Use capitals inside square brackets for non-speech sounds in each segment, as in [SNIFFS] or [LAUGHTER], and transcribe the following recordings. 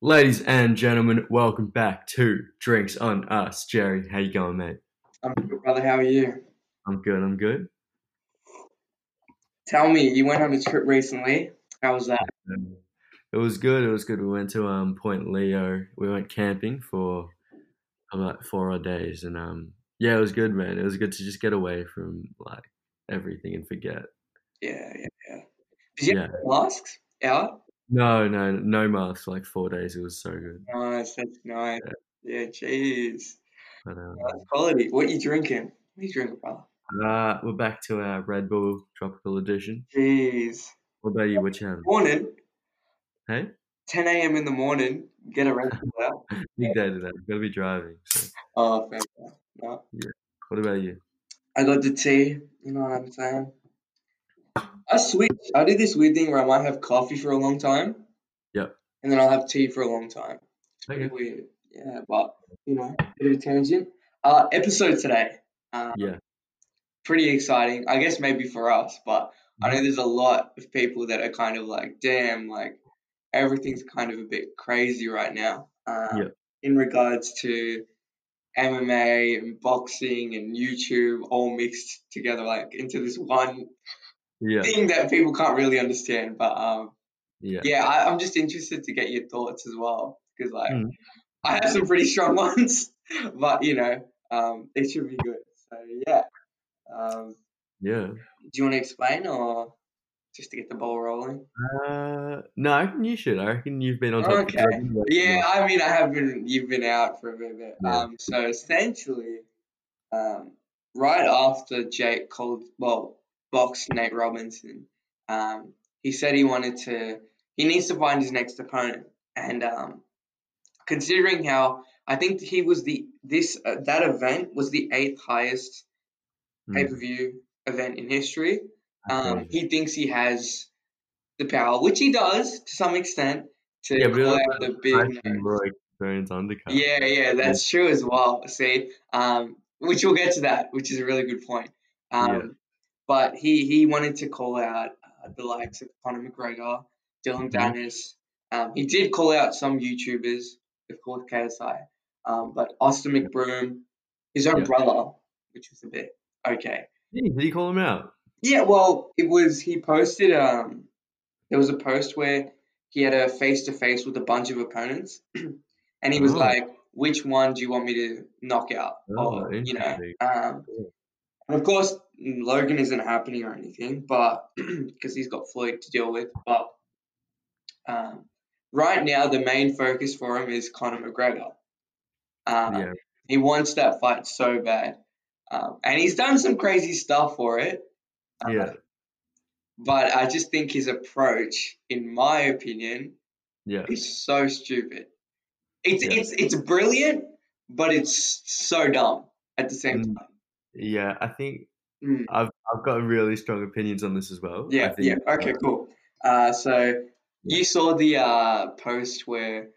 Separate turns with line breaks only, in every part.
Ladies and gentlemen, welcome back to Drinks on Us. Jerry, how you going, mate?
I'm good, brother. How are you?
I'm good. I'm good.
Tell me, you went on a trip recently. How was that?
It was good. It was good. We went to um Point Leo. We went camping for about four odd days, and um yeah, it was good, man. It was good to just get away from like everything and forget.
Yeah, yeah, yeah. Did you
Yeah.
have masks out?
No, no, no masks. for, Like four days. It was so good.
Nice, that's nice. Yeah, jeez.
But um,
That's quality. What you drinking? What you drinking, brother?
uh, we're back to our Red Bull Tropical Edition.
Jeez.
What about you? What you having?
Morning,
Hey,
10 a.m. in the morning, get a Red Bull
[LAUGHS]
out.
big day today. Gotta be driving. So.
Oh, fair enough. No.
What about you?
I got the tea. You know what I'm saying? I switch. I do this weird thing where I might have coffee for a long time.
Yep.
And then I'll have tea for a long time. It's pretty
Okay.
weird. Yeah, but you know, bit of a tangent. Uh, episode today. Uh,
Yeah.
pretty exciting. I guess maybe for us, but I know
Mhm.
there's a lot of people that are kind of like, damn, like everything's kind of a bit crazy right now. Um,
Yep.
In regards to MMA and boxing and YouTube all mixed together, like into this one
Yeah,
thing that people can't really understand. But um,
yeah.
yeah, I, I'm just interested to get your thoughts as well because like
Mm.
I have some pretty [LAUGHS] strong ones, but you know, um, it should be good. So yeah, um,
Yeah.
do you want to explain or just to get the ball rolling?
Uh, no, I reckon you should. I reckon you've been on top.
Okay. Yeah, I mean, I have been. You've been out for a bit. bit.
Yeah.
Um, so essentially, um, right after Jake called, well, boxed Nate Robinson, um, he said he wanted to. He needs to find his next opponent, and um, considering how I think he was the this uh, that event was the eighth highest pay per view event in history. Um,
Hmm. Crazy.
he thinks he has the power, which he does to some extent, to
Yeah, but
call
also
out the big names.
Roy Burns undercut.
uh, Yeah, yeah, that's true as well. See, um, which we'll get to that, which is a really good point. Um,
Yeah.
But he he wanted to call out uh, the likes of Conor McGregor, Dylan
Mhm.
Dennis. Um, he did call out some YouTubers, of course, KSI, um, but Austin McBroom, his own
Yeah.
brother, which was a bit okay.
Did he call him out?
Yeah, well, it was he posted um there was a post where he had a face to face with a bunch of opponents [CLEARS THROAT] and he was
Oh.
like, which one do you want me to knock out? or
Oh,
you know,
interesting.
um
Yeah.
and of course mm, Logan isn't happening or anything, but [CLEARS THROAT] because he's got Floyd to deal with, but um right now the main focus for him is Conor McGregor. Um
yeah,
he wants that fight so bad. Um, and he's done some crazy stuff for it um,
yeah,
but I just think his approach, in my opinion,
yeah,
is so stupid. It's
Yeah.
it's it's brilliant, but it's so dumb at the same
Mm.
time.
yeah. I think
Mm.
I've I've got really strong opinions on this as well. I
Yeah,
think,
yeah. Okay, cool. Uh, so
Yeah.
you saw the uh, post where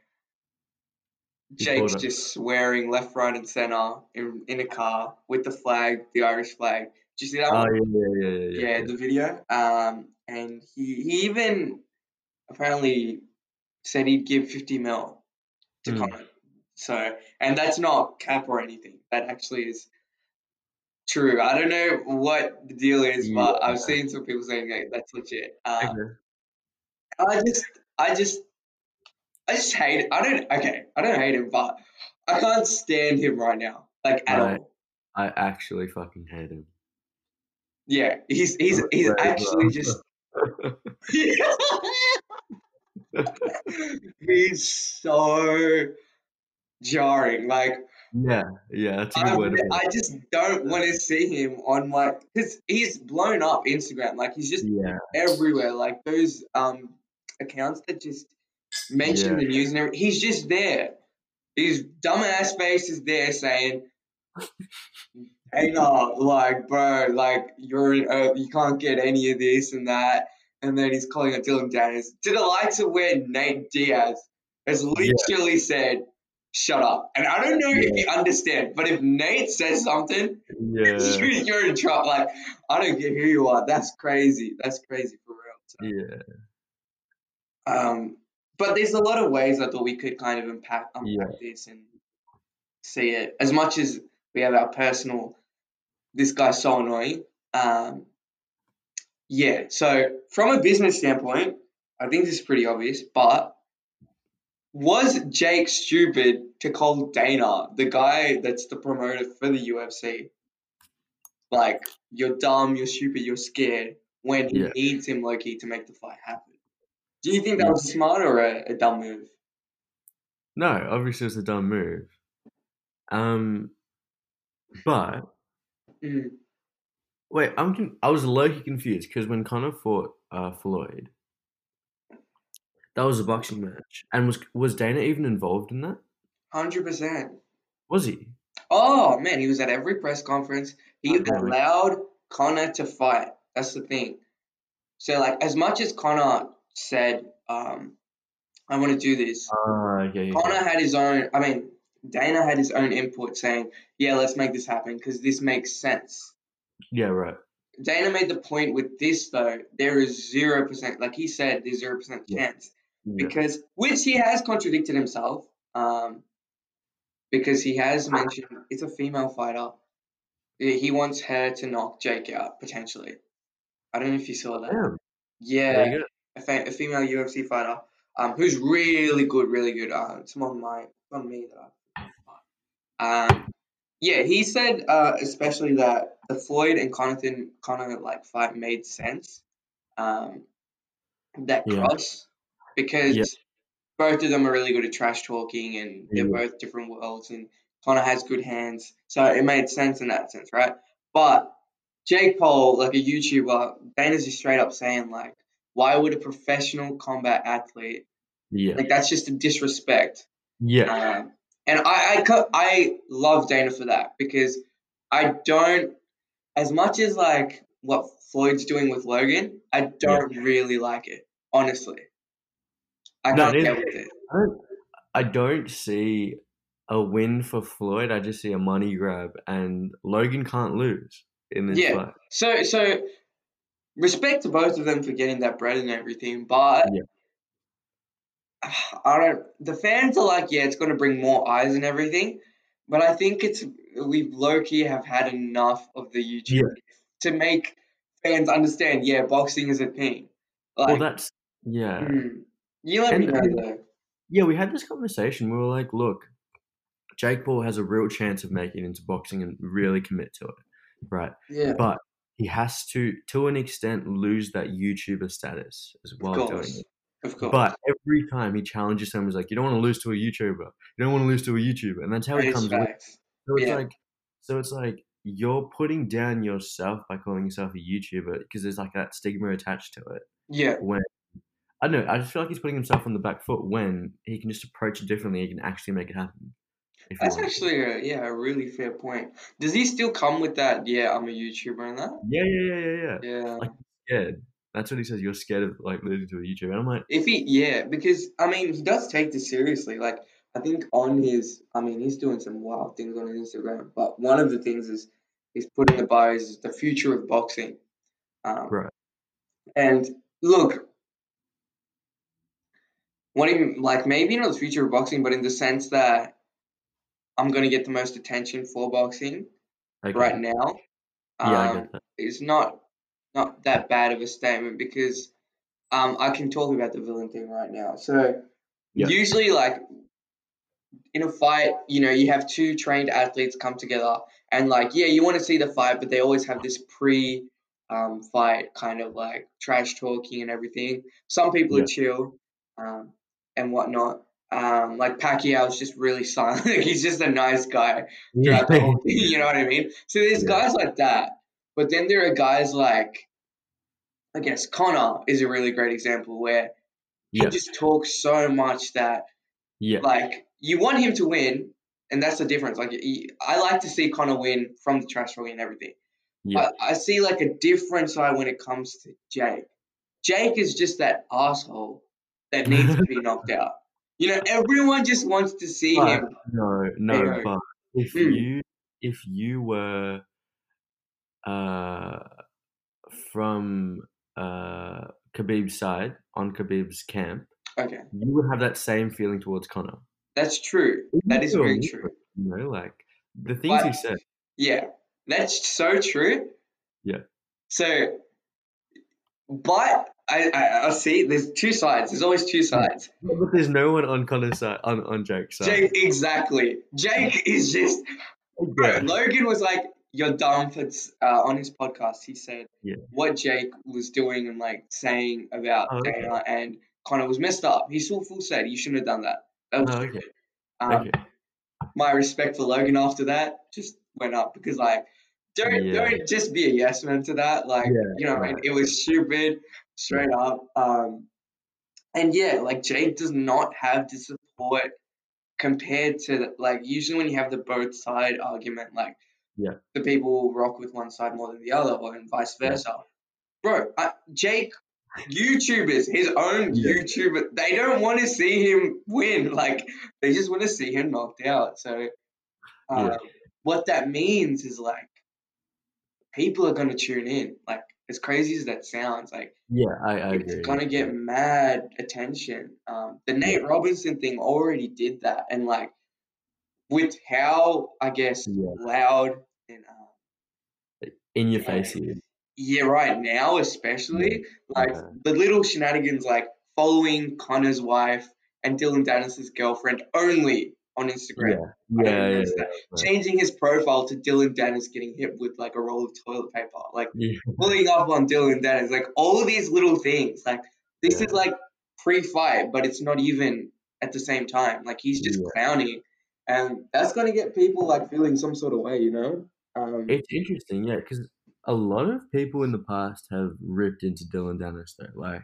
He pulled
Jake's
up.
just swearing left, right, and center in in a car with the flag, the Irish flag. Did you see that
Oh
one?
yeah, yeah, yeah, yeah.
yeah, the video. Um, and he he even apparently said he'd give fifty mil to
Mm.
Connor. So, and that's not cap or anything. That actually is true. I don't know what the deal is, but I've
Yeah.
seen some people saying like, that's legit. Um,
Okay.
I just, I just, I just hate. I don't. Okay, I don't hate him, but I can't stand him right now. Like at
Right.
all.
I actually fucking hate him.
Yeah, he's he's he's
Right,
actually
well. [LAUGHS]
just [LAUGHS] He's so jarring. Like
yeah, yeah. That's a good
I,
word.
re- I just don't want to see him on my because he's blown up Instagram. Like he's just [LAUGHS]
Yeah,
everywhere. Like those um accounts that just mention
Yeah.
the news and everything. He's just there. His dumbass face is there saying, "Hey, no, like, bro, like you're in, uh, you can't get any of this and that." And then he's calling out Dylan Dennis to the likes of where Nate Diaz has
Yeah.
literally said, "Shut up." And I don't know if you understand, but if Nate says something,
yeah,
you, [LAUGHS] you're in trouble. Like, I don't get who you are. That's crazy. That's crazy for real. So,
yeah.
um, But there's a lot of ways I thought we could kind of unpack, unpack this and see it. As much as we have our personal, this guy's so annoying. Um, yeah, so from a business standpoint, I think this is pretty obvious, but was Jake stupid to call Dana, the guy that's the promoter for the UFC, like, you're dumb, you're stupid, you're scared, when he
Yeah.
needs him, Loki, to make the fight happen? Do you think that was smart or a, a dumb move?
No, obviously it was a dumb move. Um, but
Mm.
wait, I'm con- I was low key confused because when Connor fought uh, Floyd, that was a boxing match, and was was Dana even involved in that?
100%.
Was he?
Oh, man, he was at every press conference. He
Oh, really?
allowed Connor to fight. That's the thing. So, like, as much as Connor said, um, I want to do this,
Uh, yeah, yeah,
Connor had his own. I mean, Dana had his own input saying, "Yeah, let's make this happen because this makes sense."
yeah, right.
Dana made the point with this though. There is zero percent, like he said, there's zero percent
Yeah.
chance
Yeah.
because which he has contradicted himself. Um, because he has mentioned it's a female fighter. He he wants her to knock Jake out potentially. I don't know if you saw that.
Damn,
Yeah
there you go.
a, fe- a female UFC fighter, um, who's really good, really good. Um, it's on my, it's on me that I. Um, yeah, he said uh, especially that the Floyd and Conor thing- Conor like fight made sense. Um, that
Yeah.
cross because
Yeah.
both of them are really good at trash talking and they're
Yeah.
both different worlds and Conor has good hands, so it made sense in that sense, right? But Jake Paul, like a YouTuber, Dana's just straight up saying like, why would a professional combat athlete
Yeah,
like that's just a disrespect?
yeah,
Um, and I, I co- I love Dana for that because I don't as much as like what Floyd's doing with Logan, I don't really like it honestly. I
No,
can't
it is-
get with it.
I don't, I don't see a win for Floyd. I just see a money grab, and Logan can't lose in this
Yeah.
fight.
So so respect to both of them for getting that bread and everything, but
Yeah.
I don't. The fans are like, yeah, it's going to bring more eyes and everything, but I think it's we've low key have had enough of the YouTube to make fans understand. Yeah, boxing is a thing.
Well,
Like,
that's yeah.
mm, you let me
And-
know
and-
though.
Yeah, we had this conversation. We were like, look, Jake Paul has a real chance of making it into boxing and really commit to it, right?
Yeah,
But he has to, to an extent, lose that YouTuber status as
of
well doing
course,
it.
of course.
But every time he challenges someone, he's like, you don't want to lose to a YouTuber. You don't want to lose to a YouTuber. And that's how
that
he
is
comes with.
facts.
So it's
Yeah.
like, so it's like you're putting down yourself by calling yourself a YouTuber because there's like that stigma attached to it.
Yeah,
When I don't know, I just feel like he's putting himself on the back foot when he can just approach it differently. He can actually make it happen. If he
that's
wants.
actually a, yeah a really fair point. Does he still come with that? Yeah, I'm a YouTuber and that.
Yeah, yeah, yeah, yeah, yeah.
Yeah.
Scared. That's what he says. You're scared of like losing to a YouTuber. And I'm like,
If he, yeah, because I mean, he does take this seriously. Like, I think on his, I mean, he's doing some wild things on his Instagram. But one of the things is he's putting the bio is the future of boxing. Um,
Right.
And look, what he like maybe not the future of boxing, but in the sense that I'm gonna get the most attention for boxing
okay.
right now.
Yeah, I
Um,
get that.
it's not not that bad of a statement because um, I can talk about the villain thing right now. So
Yeah.
usually, like in a fight, you know, you have two trained athletes come together and like, yeah, you want to see the fight, but they always have this pre um, fight kind of like trash talking and everything. Some people
Yeah.
are chill um, and whatnot. Um, like Pacquiao's just really [LAUGHS] silent. He's just a nice guy
Yeah. [LAUGHS]
throughout the whole thing. [LAUGHS] You know what I mean? So there's
Yeah.
guys like that, but then there are guys like, I guess Connor is a really great example where he
yeah,
just talks so much that
yeah,
like you want him to win, and that's the difference. Like he, I like to see Connor win from the trash talking and everything.
yeah,
But I see like a different side when it comes to Jake. Jake is just that asshole that
[LAUGHS]
needs to be knocked out. You know, everyone just wants to see
But-
him.
No, no,
Anyway.
but if
Mm.
you if you were uh from uh Khabib's side on Khabib's camp,
Okay,
you would have that same feeling towards Connor.
that's true.
Even
That
if
is
you're a
very
loser,
true.
You know, like the things he
But-
said.
Yeah, that's so true.
Yeah.
So, but I, I, I see. There's two sides. There's always two sides.
But but there's no one on Connor's side, on, on Jake's side.
Jake, exactly. Jake [LAUGHS] is just. Bro,
Yeah.
Logan was like, "You're dumb." For, uh, on his podcast, he said
Yeah.
what Jake was doing and like saying about
Oh, okay.
Dana and Connor was messed up. He still full said you shouldn't have done that. That was
Oh,
stupid.
okay.
Um,
Okay.
My respect for Logan after that just went up because like, don't
Yeah.
don't just be a yes man to that. Like
Yeah,
you know, what I mean?
right.
it was stupid, straight up. Um, and yeah, like Jake does not have the support compared to like usually when you have the both side argument, like
Yeah.
the people will rock with one side more than the other, or and vice
Yeah.
versa. Bro, uh, Jake, YouTubers, his own
Yeah.
YouTuber, they don't want to see him win. [LAUGHS] Like they just want to see him knocked out. So uh,
Yeah.
what that means is like people are gonna tune in. Like as crazy as that sounds, like
Yeah, I, I
it's
agree.
gonna get mad attention. Um, the
Yeah.
Nate Robinson thing already did that, and like with how I guess
Yeah.
loud and uh,
In your face here.
yeah, right now especially like
Yeah.
the little shenanigans, like following Connor's wife and Dylan Dennis's girlfriend only on Instagram.
Yeah.
I
Yeah.
don't
Yeah.
notice that.
right.
Changing his profile to Dylan Dennis getting hit with like a roll of toilet paper, like
Yeah. [LAUGHS]
pulling up on Dylan Dennis, like all of these little things. Like this
Yeah.
is like pre-fight, but it's not even at the same time. Like he's just
Yeah.
clowning, and that's gonna get people like feeling some sort of way, you know? Um,
It's interesting, yeah, because a lot of people in the past have ripped into Dylan Dennis, though. Like,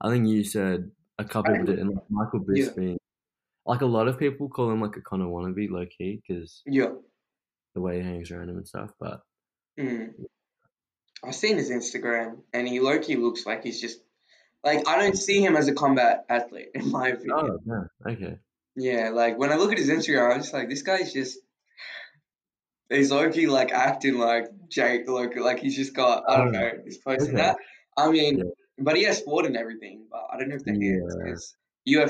I think you said a couple
I-
did, and like Michael
Yeah.
Bisping. Like, a lot of people call him like a Connor wannabe, low key, because
yeah.
the way he hangs around him and stuff. But
Mm. I've seen his Instagram, and he Loki looks like he's just like I don't see him as a combat athlete [LAUGHS] in my opinion.
oh, yeah, okay,
Yeah, like when I look at his Instagram, I'm just like, this guy's just he's low-key like acting like Jake like like he's just got I don't
Oh,
know, he's
okay.
posting that. I mean
Yeah.
but he has sport and everything, but I don't know if the hands
Yeah.
because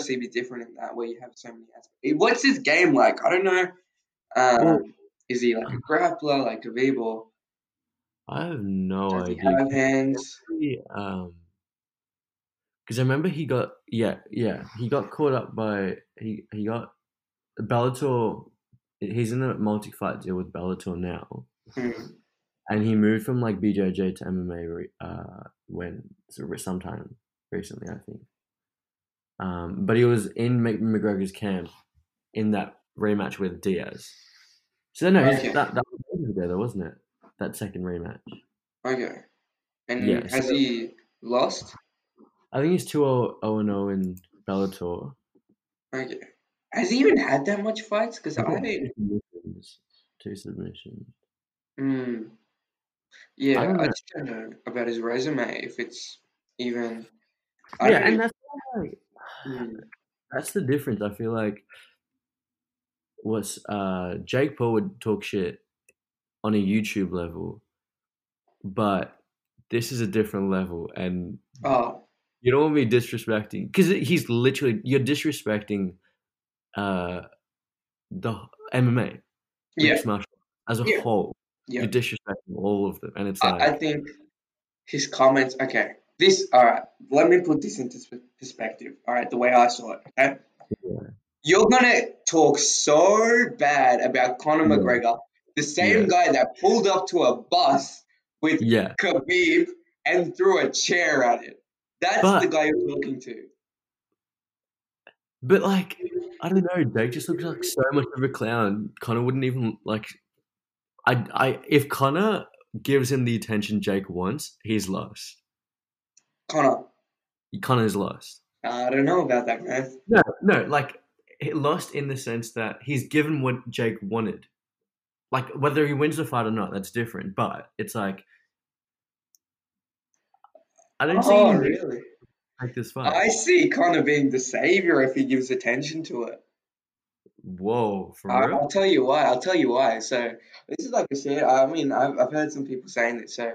UFC be different in that where you have so many aspects. What's his game like? I don't know.
Well,
Um, is he like a grappler, like a Vibor?
Oh, I have no
Does he
idea.
have hands?
He, um, because I remember he got yeah yeah he got caught up by he he got Bellator. He's in a multi fight deal with Bellator now.
Mm,
and he moved from like BJJ to MMA re- uh, when so re- sometime recently, I think. Um, but he was in Mc- McGregor's camp in that rematch with Diaz. So no, he's,
Okay.
that that was years ago, though, wasn't it? That second rematch.
Okay. And
Yeah,
has
so-
he lost?
I think he's two zero and zero in Bellator.
Okay. Has he even had that much fights? Because
He's
I
got
don't.
two submissions. Two submissions.
Mm,
I
yeah,
don't
I
know.
just don't know about his resume if it's even. I
Yeah,
don't.
and that's like,
Mm,
that's the difference. I feel like was uh, Jake Paul would talk shit on a YouTube level, but this is a different level, and
oh,
you don't want to be disrespecting because he's literally you're disrespecting uh the MMA
yeah,
mixed martial arts, as a
yeah,
whole.
yeah.
You're disrespecting all of them, and it's
I, I
like
think his comments. Okay, this. All right. Let me put this into sp- perspective. All right, the way I saw it. Okay.
yeah,
You're gonna talk so bad about Conor
yeah,
McGregor, the same
yeah,
guy that pulled up to a bus with
yeah.
Khabib and threw a chair at it. That's the
But
guy you're talking to.
but like I don't know, Jake just looks like so much of a clown. Connor wouldn't even like I I if Connor gives him the attention Jake wants, he's lost.
Connor,
Connor's lost.
I don't know about that, man.
No, no, like he lost in the sense that he's given what Jake wanted. Like whether he wins the fight or not, that's different. But it's like I don't see
Oh,
him being
really?
like this fight.
I see Connor being the savior if he gives attention to it.
Whoa, for
I,
real?
I'll tell you why. I'll tell you why. So this is like I said. I mean, I've, I've heard some people saying this. So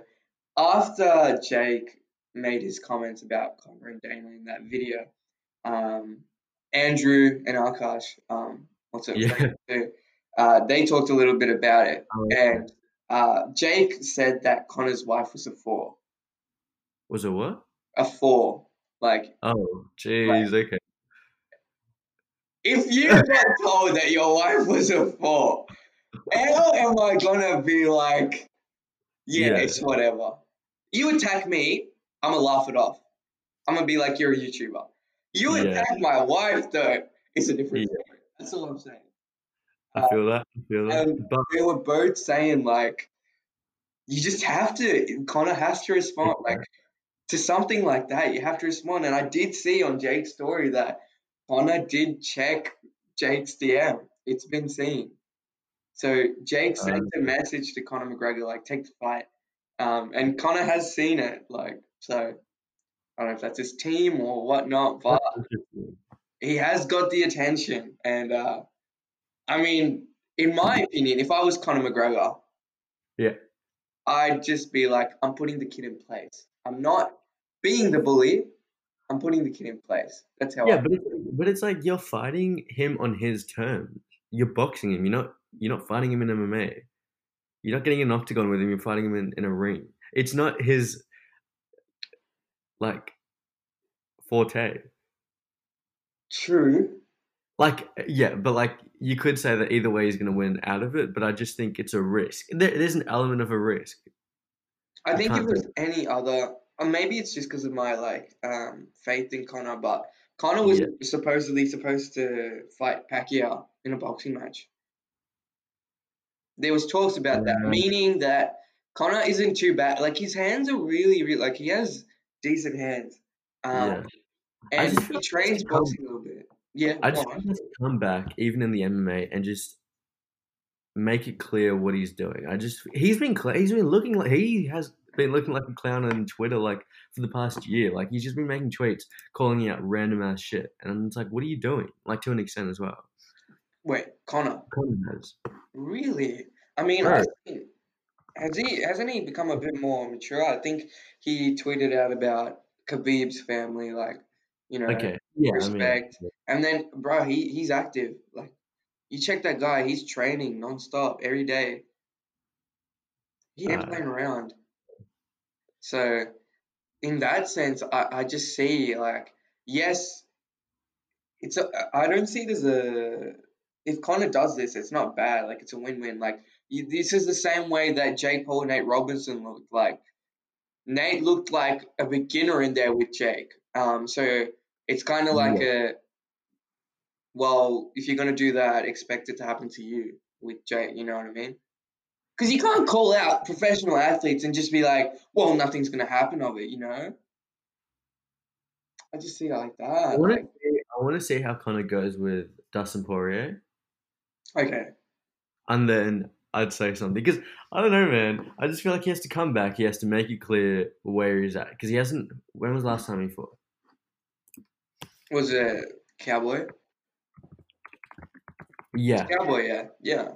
after Jake made his comments about Connor and Dana in that video, um, Andrew and Akash, um, what's it?
Yeah.
too, Uh, they talked a little bit about it,
Um,
and uh, Jake said that Connor's wife was a four,
was it what?
a four. Like,
Oh, jeez. Okay. [LAUGHS]
if you got told that your wife was a four, how am I gonna be like, yeah,
Yeah.
it's whatever? You attack me, I'm gonna laugh it off. I'm gonna be like, you're a YouTuber. You
Yeah.
attack my wife, though, it's a different
Yeah.
story. That's all I'm saying.
I feel that. I feel that.
uh, um,
but
they were both saying like you just have to Connor has to respond like to something like that you have to respond and I did see on Jake's story that Connor did check Jake's DM it's been seen so Jake sent a message to Connor McGregor like take the fight um, and Connor has seen it like so I don't know if that's his team or whatnot but
interesting.
he has got the attention. And uh, I mean, in my opinion, if I was Conor McGregor,
Yeah.
I'd just be like, I'm putting the kid in place. I'm not being the bully. I'm putting the kid in place. That's how.
yeah,
I,
but it's, but it's like you're fighting him on his terms. You're boxing him. You're not you're not fighting him in MMA. You're not getting an octagon with him. You're fighting him in, in a ring. It's not his like forte.
true.
Like yeah, but like you could say that either way he's gonna win out of it. But I just think it's a risk. There, there's an element of a risk.
I think if it
can't
was any other, or maybe it's just because of my like um, faith in Conor, but Conor was
Yeah.
supposedly supposed to fight Pacquiao in a boxing match. There was talks about that,
Yeah.
meaning that Conor isn't too bad. Like his hands are really, really like he has decent hands,
yeah.
um,
I
and
just
he
feel
trains
like-
boxing a little bit. Yeah,
I just
go on.
think he has to come back, even in the MMA, and just make it clear what he's doing. I just he's been cl- he's been looking like he has been looking like a clown on Twitter like for the past year. Like he's just been making tweets calling out random ass shit, and it's like, what are you doing? Like to an extent as well.
wait, Conor,
Conor has.
really? I mean, I
Right.
think Has he hasn't he become a bit more mature? I think he tweeted out about Khabib's family, like you know,
Okay. Yeah. I mean.
respect. And then, bro, he he's active. Like you check that guy, he's training nonstop every day. He ain't
Uh,
playing around. So in that sense, I I just see like yes, it's a, I don't see it as a if Connor does this, it's not bad. Like it's a win-win. Like you, this is the same way that Jake Paul and Nate Robinson looked like. Nate looked like a beginner in there with Jake. Um, so it's kind of like a well, if you're gonna do that, expect it to happen to you with Jake. You know what I mean? Because you can't call out professional athletes and just be like, well, nothing's gonna happen of it. You know? I just see it like
I
that.
want to
Like,
see, I want to see how Conor goes with Dustin Poirier,
okay,
and then I'd say something because I don't know, man. I just feel like he has to come back. He has to make it clear where he's at because he hasn't. When was the last time he fought?
was it Cowboy?
Yeah.
Cowboy, yeah, yeah,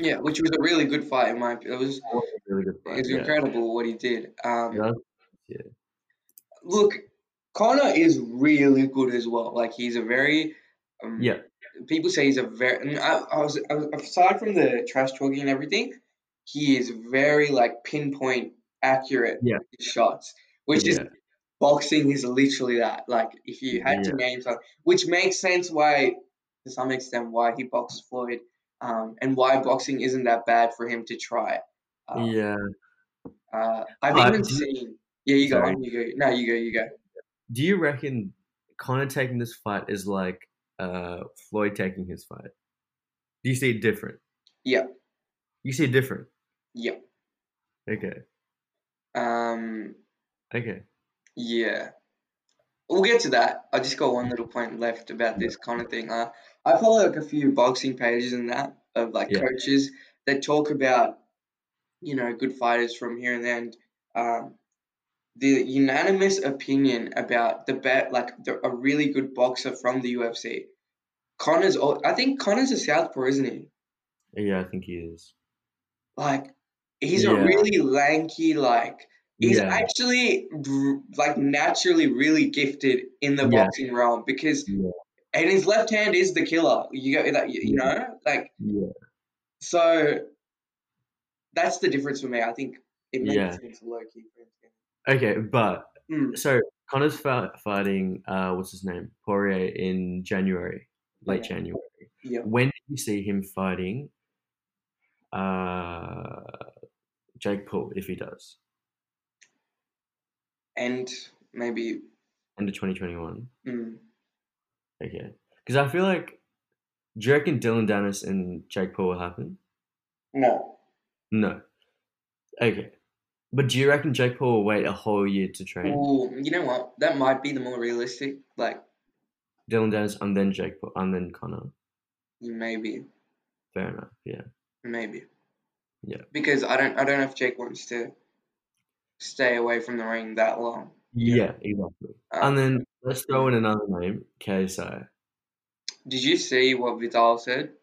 yeah. Which was a really good fight in my. It was
Really good
it
fight,
was
yeah.
incredible what he did. Um,
Yeah.
look, Connor is really good as well. Like he's a very um,
Yeah.
People say he's a very. and I, I, was, I was aside from the trash talking and everything, he is very like pinpoint accurate
Yeah.
with his shots, which is
Yeah.
boxing is literally that. Like if you had to name something, which makes sense why to some extent why he boxes Floyd, um, and why boxing isn't that bad for him to try. Uh,
Yeah.
uh, I've
Uh,
even
do you-
seen. Yeah, you go
Sorry.
on. You go. No, you go. You go.
Do you reckon Connor taking this fight is like uh, Floyd taking his fight? Do you see it different?
Yeah.
You see it different.
Yeah.
Okay.
Um,
Okay.
yeah, we'll get to that. I just got one little point left about this kind of thing. Uh, I follow like a few boxing pages and that of like
Yeah.
coaches that talk about you know good fighters from here and there. And um, the unanimous opinion about the bet like the, a really good boxer from the UFC. Connor's, al- I think Connor's a southpaw, isn't he?
Yeah, I think he is.
Like he's a
Yeah.
really lanky, like He's
Yeah.
actually r- like naturally really gifted in the
Yeah.
boxing realm because
Yeah.
and his left hand is the killer. You go like you you
Yeah.
know like
Yeah.
so that's the difference for me. I think it makes
Yeah.
sense for Loki. for instance.
Okay, but
Mm.
so Connor's fi- fighting uh what's his name? Poirier in January, late
Yeah.
January.
Yeah.
When did you see him fighting uh Jake Paul if he does?
And maybe
End of 2021.
mm,
Okay. Cuz I feel like do you reckon Dylan Dennis and Jake Paul will happen?
no.
No. Okay. But do you reckon Jake Paul will wait a whole year to train?
Ooh, you know what? That might be the more realistic. Like
Dylan Dennis and then Jake Paul and then Connor.
maybe
Fair enough. Yeah.
maybe
Yeah.
because I don't I don't know if Jake wants to stay away from the ring that long.
Yeah, exactly. And
Um,
then let's throw in another name, KSI.
did you see what Vidal said?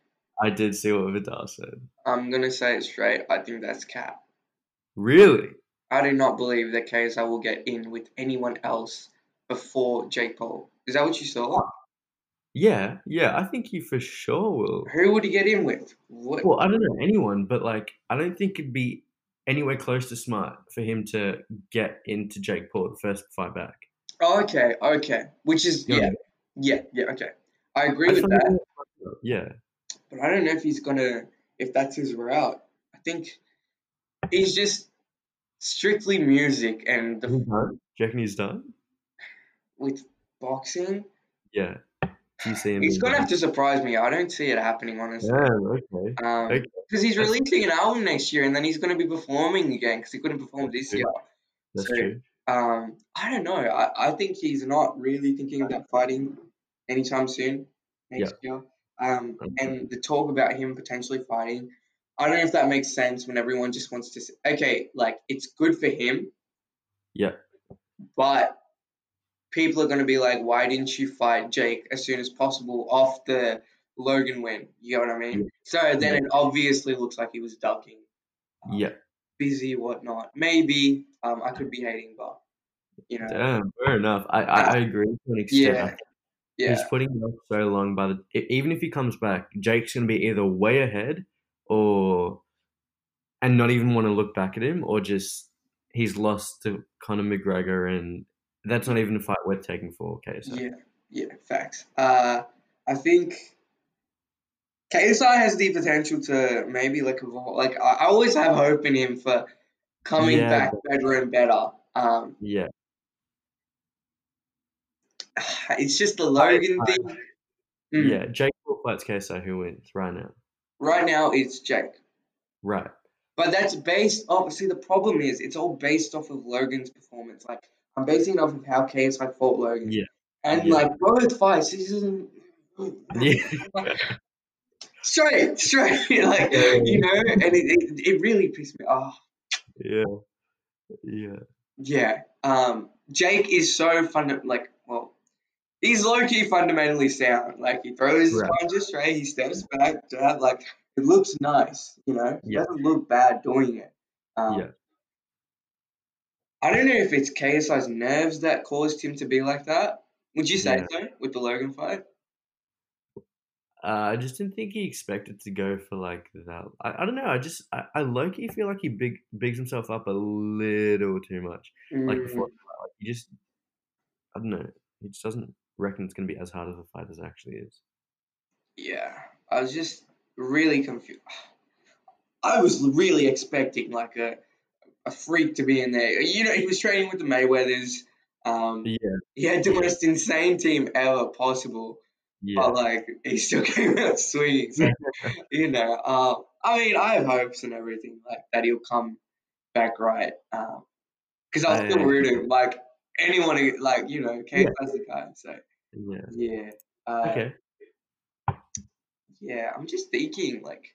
I did see what Vidal said.
I'm gonna say it straight. I think that's cap.
Really?
I do not believe that KSI will get in with anyone else before Jake Paul. Is that what you saw?
Yeah, yeah. I think he for sure will.
Who would he get in with? What?
Well, I don't know anyone, but like, I don't think it'd be anywhere close to smart for him to get into Jake Paul the first fight back.
Oh, okay, okay. Which is
You know what I
yeah,
mean?
yeah, yeah. Okay, I
I
agree
just
with
don't
that,
know what- Yeah,
but I don't know if he's gonna if that's his route. I think he's just strictly music and the,
he's done. Do you reckon he's done?
with boxing.
Yeah. Do you see him
He's
being
gonna have
done?
to surprise me. I don't see it happening honestly.
Yeah. Okay.
Um,
Okay.
because he's
That's
releasing an album next year, and then he's gonna be performing again because he couldn't perform this
true.
year.
That's
So
true.
um, I don't know. I, I think he's not really thinking about fighting anytime soon
Yeah.
next year. Um,
Okay.
and the talk about him potentially fighting, I don't know if that makes sense when everyone just wants to. Say, okay, like it's good for him,
Yeah.
but people are going to be like, why didn't you fight Jake as soon as possible off the Logan win? You know what I
Yeah.
mean? So then
Yeah.
it obviously looks like he was ducking, um,
Yeah.
busy, whatnot. Maybe um, I could be hating, but you know,
Damn, fair enough. I, I,
uh,
I agree to an extent. I
yeah,
think
yeah.
he's putting it off so long. By the e- even if he comes back, Jake's gonna be either way ahead, or and not even want to look back at him, or just he's lost to Conor McGregor, and that's not even a fight worth taking for KSI.
Yeah, yeah, facts. Uh, I think KSI has the potential to maybe like evolve. Like I, I always have hope in him for coming
Yeah,
back
but-
better and better. Um, [SIGHS]
yeah.
it's just the
I,
Logan
I-
thing. Mm.
yeah, Jake Paul fights KSI. Who wins right now?
Right now, it's Jake,
Right. [LAUGHS]
but that's based off. See, the problem is it's all based off of Logan's performance. Like I'm basing it off of how KSI fought Logan,
Yeah.
and
Yeah.
like both fights, this isn't.
Yeah.
Straight, straight, [LAUGHS] like
Yeah.
you know, and it, it, it really pissed me oh, off.
Yeah. Yeah.
Yeah. Um, Jake is so fun. Like, well, he's low key fundamentally sound. Like, he throws his
Right.
punches straight. He steps back. jab, Like, it looks nice. You know, he
Yeah.
doesn't look bad doing it. Um,
Yeah.
I don't know if it's KSI's nerves that caused him to be like that. Would you say
Yeah.
so with the Logan fight?
Uh, I just didn't think he expected to go for like that. I, I don't know. I just I, I low key feel like he big bigs himself up a little too much. Like before,
Mm,
the fight. like he just I don't know. He just doesn't reckon it's gonna be as hard of a fight as it actually is.
yeah. I was just really confused. I was really expecting like a a freak to be in there. You know, he was training with the Mayweathers. Um,
Yeah,
he had the
yeah,
most insane team ever possible, but
yeah,
like he still [LAUGHS] came out swinging.
[LAUGHS]
So you know, uh, I mean, I have hopes and everything like that he'll come back right. Because I'll still
I
root him. Like anyone, who, like you know,
yeah,
Kane's the guy. So
yeah.
yeah, uh,
Okay.
yeah. I'm just thinking like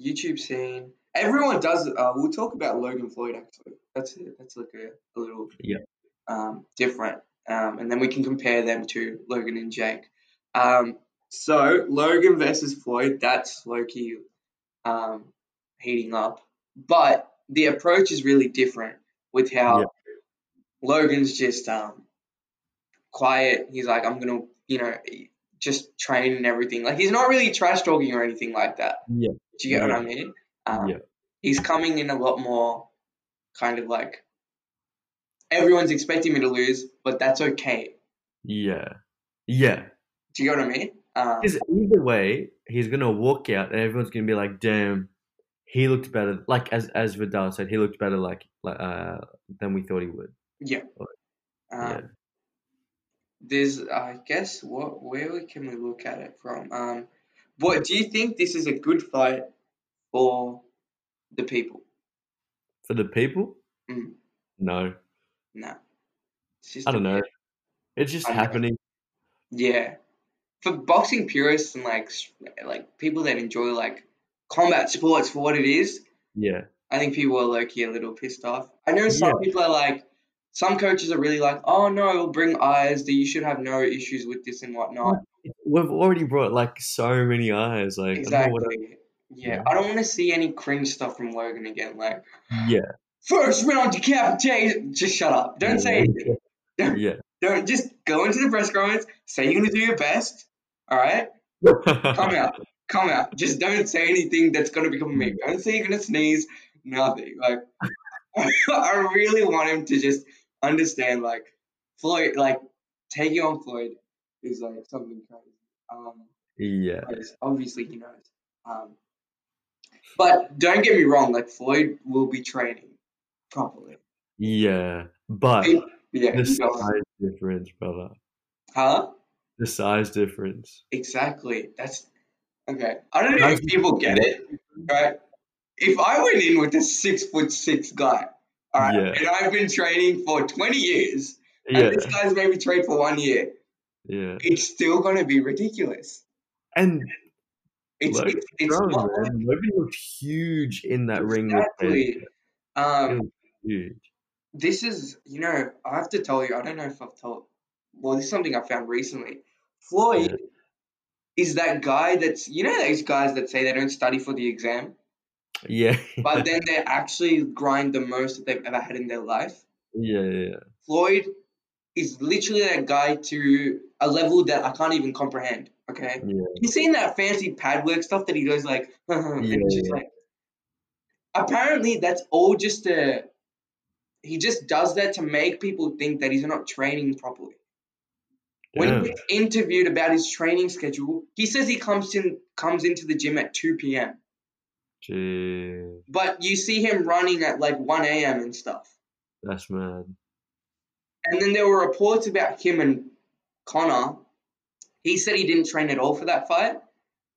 YouTube scene. Everyone does. Uh, we'll talk about Logan Floyd actually. That's it. That's like a, a little
Yeah,
um, different. Um, and then we can compare them to Logan and Jake. Um, so Logan versus Floyd, that's Loki um, heating up. But the approach is really different with how
Yeah.
Logan's just um quiet. He's like, I'm gonna, you know, just train and everything. Like he's not really trash talking or anything like that.
Yeah.
Do you get what I
Yeah.
mean? Um,
Yeah.
He's coming in a lot more kind of like everyone's expecting me to lose, but that's okay.
Yeah. Yeah.
Do you get what I mean? Um,
Because either way, he's gonna walk out, and everyone's gonna be like, "Damn, he looked better." Like as as Vidal said, he looked better like like uh than we thought he would.
yeah. Um,
Yeah.
There's, I guess, what where we- can we look at it from? Um, what do you think this is a good fight for the people?
For the people,
Mm.
no,
No, it's just
I don't know. It's just
I know.
happening.
Yeah, for boxing purists and like s- like people that enjoy like combat sports for what it is,
Yeah,
I think people are low key a little pissed off. I know some people are like, some coaches are really like, oh no, it'll bring eyes that you should have no issues with this and whatnot.
we've already brought like so many eyes. Like I don't know what. I-
Exactly. Yeah,
Yeah.
I don't want to see any cringe stuff from Logan again. Like
yeah,
first round decapitation. Just shut up. Don't say anything.
yeah. [LAUGHS]
Don't just go into the press conference. Say you're gonna do your best. All right, come out, come out. Just don't say anything that's gonna become a meme. Don't say you're gonna sneeze. Nothing. Like [LAUGHS] I really want him to just understand. Like Floyd, like taking on Floyd is like something crazy. Um,
[LAUGHS] yeah,
knows. Obviously, he knows. Um, but don't get me wrong. Like Floyd will be training properly.
yeah. But
Yeah.
the
he does.
size difference, brother.
Huh?
The size difference.
Exactly. That's okay. I don't know
Nice.
if people get it. Right? If I went in with a six foot six guy, all right,
Yeah.
and I've been training for twenty years,
Yeah,
and this guy's maybe trained for one year,
yeah.
it's still gonna be ridiculous.
And
It's
Logan's
it's, it's
strong,
not
man. Logan looked huge in that ring with Page.
exactly. Um,
Huge.
this is, you know, I have to tell you, I don't know if I've told, well, this is something I found recently. Floyd
Yeah.
is that guy that's, you know, those guys that say they don't study for the exam,
Yeah. [LAUGHS]
but then they actually grind the most that they've ever had in their life.
yeah, yeah,
Floyd is literally that guy to a level that I can't even comprehend. Okay.
yeah.
He's seen that fancy pad work stuff that he goes like, [LAUGHS] and
Yeah,
it's just
yeah.
like, apparently that's all just a, he just does that to make people think that he's not training properly. When
Damn.
he gets interviewed about his training schedule, he says he comes in comes into the gym at 2 p.m.
Jeez.
But you see him running at like 1 a.m. and stuff.
That's mad.
And then there were reports about him and Connor. He said he didn't train at all for that fight,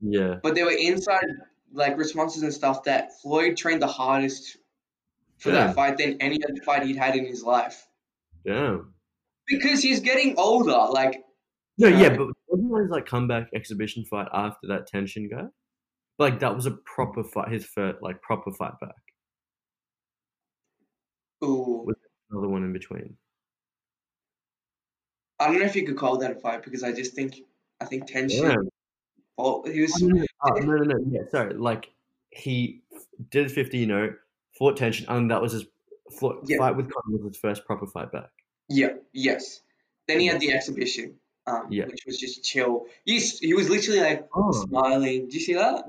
Yeah.
but there were inside like responses and stuff that Floyd trained the hardest for that
Damn.
fight than any other fight he'd had in his life.
Damn.
Because he's getting older, like
No,
Yeah.
yeah, but wasn't his like comeback exhibition fight after that tension guy? Like that was a proper fight. His first like proper fight back.
ooh.
Another one in between.
I don't know if you could call that a fight because I just think I think tension
Damn.
Well, he was
Oh, no, no, oh, no, no, no, yeah, sorry. Like he f- did 50, you know, fought tension, and that was his fought,
Yeah.
fight with Conor was his first proper fight back.
yeah, yes. Then he had the exhibition, um,
Yeah.
which was just chill. He s- he was literally like
Oh,
smiling. Do you see that?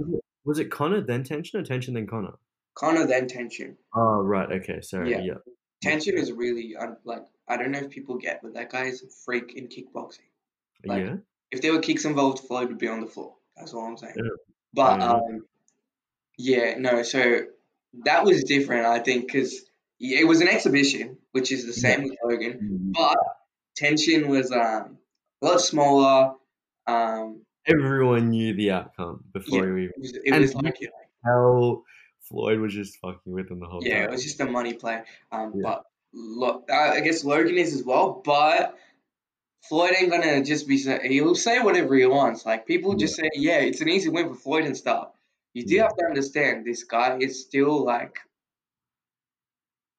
was it Connor then tension or tension then Connor?
Connor then tension.
Oh, right. Okay, sorry.
Yeah.
Yeah,
Tension is really un- like I don't know if people get, but that guy is a freak in kickboxing. Like,
yeah,
If there were kicks involved, Floyd would be on the floor. That's all I'm saying.
Yeah.
But
Yeah.
um, yeah, no. So that was different, I think, because yeah, it was an exhibition, which is the
Yeah.
same with Logan.
Mm.
But tension was um, a lot smaller. Um,
Everyone knew the outcome before we
it was, it
And
was like
how Floyd was just fucking with him the whole
yeah, it
time.
was just a money play. Um,
Yeah.
but look, I I guess Logan is as well. But Floyd ain't gonna just be say he'll say whatever he wants. Like people just say, yeah, it's an easy win for Floyd and stuff. You do
Yeah.
have to understand this guy is still like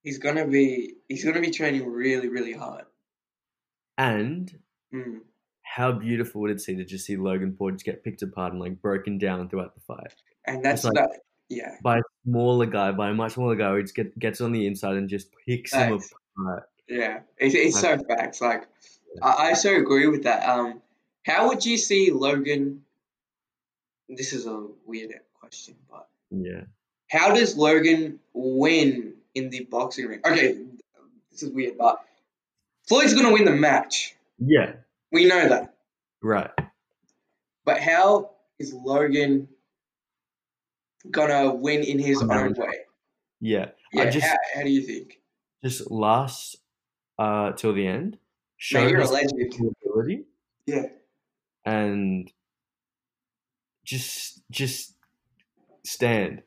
he's gonna be he's gonna be training really really hard.
And
Mm.
how beautiful would it see to just see Logan Paul just get picked apart and like broken down throughout the fight?
And that's
like-
that. Yeah.
by a smaller guy, by a much smaller guy, where he just get, gets on the inside and just picks him
Facts.
apart.
Yeah, it's, it's so facts. Like, I, I so agree with that. Um, how would you see Logan? This is a weird question, but
Yeah.
how does Logan win in the boxing ring? Okay, this is weird, but Floyd's gonna win the match.
Yeah.
We know that,
Right.
but how is Logan gonna win in his own way?
Yeah. I
Yeah,
just-
how, how do you think?
Just last uh till the end.
Man,
Show
you're a
his
legend.
ability
Yeah,
and just just stand.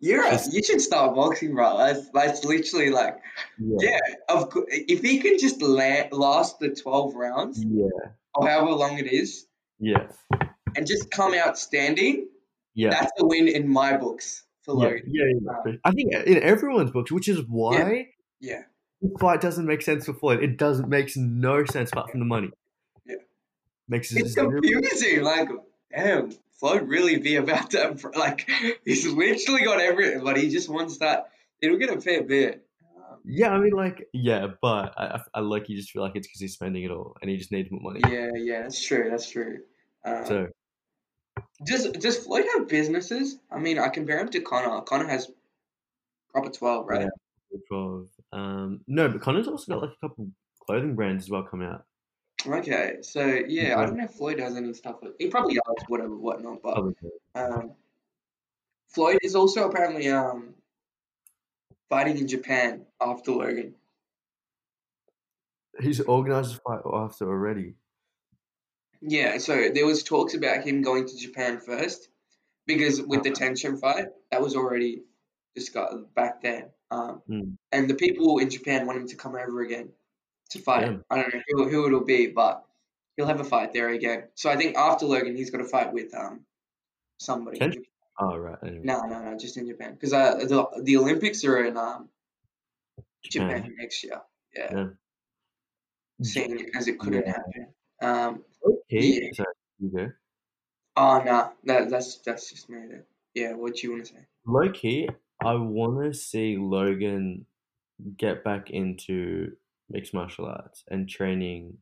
you're. A,
Just-
you should start boxing, bro. That's that's literally like. Yeah. Of cou- if he can just la- last the twelve rounds
Yeah.
or however long it is,
Yeah.
and just come out standing,
Yeah.
that's a win in my books for
Yeah,
Logan.
yeah, yeah. I think in everyone's books, which is why
Yeah.
the fight doesn't make sense for Floyd. It doesn't makes no sense apart from the money.
Yeah.
makes
It's
zero-
confusing. Like, damn, Floyd really be about that? bro. [LAUGHS] Like, he's literally got everything, but he just wants that. It'll get a fair bit. Um,
Yeah, I mean, like, yeah, but I, I, I like you just feel like it's because he's spending it all and he just needs more money.
yeah, yeah, that's true. That's true. Um,
So
does Does Floyd have businesses? I mean, I compare him to Connor. Connor has proper twelve, right?
Yeah. improv. Um, no, but Connor's also got like a couple clothing brands as well come out.
Okay, so yeah, I
Yeah.
don't know if Floyd has any stuff. He probably does, whatever, whatnot. But
Probably.
um, Floyd is also apparently um fighting in Japan after Logan.
He's organized a fight after already.
Yeah, so there was talks about him going to Japan first because with the tension fight that was already discussed back then. Um,
Mm.
and the people in Japan want him to come over again to fight.
Damn.
I don't know who, who it'll be, but he'll have a fight there again. So I think after Logan, he's got a fight with um somebody.
Tension? Oh, right. Anyway.
No, no, no, just in Japan. Because uh, the the Olympics are in um, Japan
Japan.
next year. Yeah,
Yeah.
seeing it as it couldn't
Yeah.
happen. Um,
Okay.
Yeah.
So, you go.
oh no, that that's that's just me. Then. Yeah, what do you want to say?
Low key, I want to see Logan get back into mixed martial arts and training.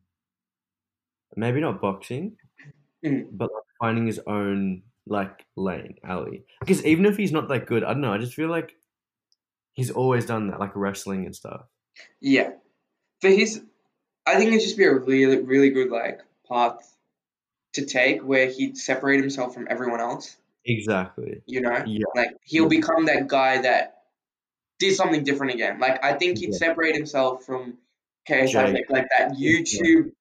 Maybe not boxing,
Mm.
but like finding his own like lane, alley. Because even if he's not that good, I don't know. I just feel like he's always done that, like wrestling and stuff.
Yeah, for his, I think it'd just be a really really good like path to take where he'd separate himself from everyone else.
Exactly.
You know,
Yeah.
like he'll
Yeah.
become that guy that did something different again. Like I think he'd
Yeah.
separate himself from KSI,
Jake.
like that
Yeah.
YouTube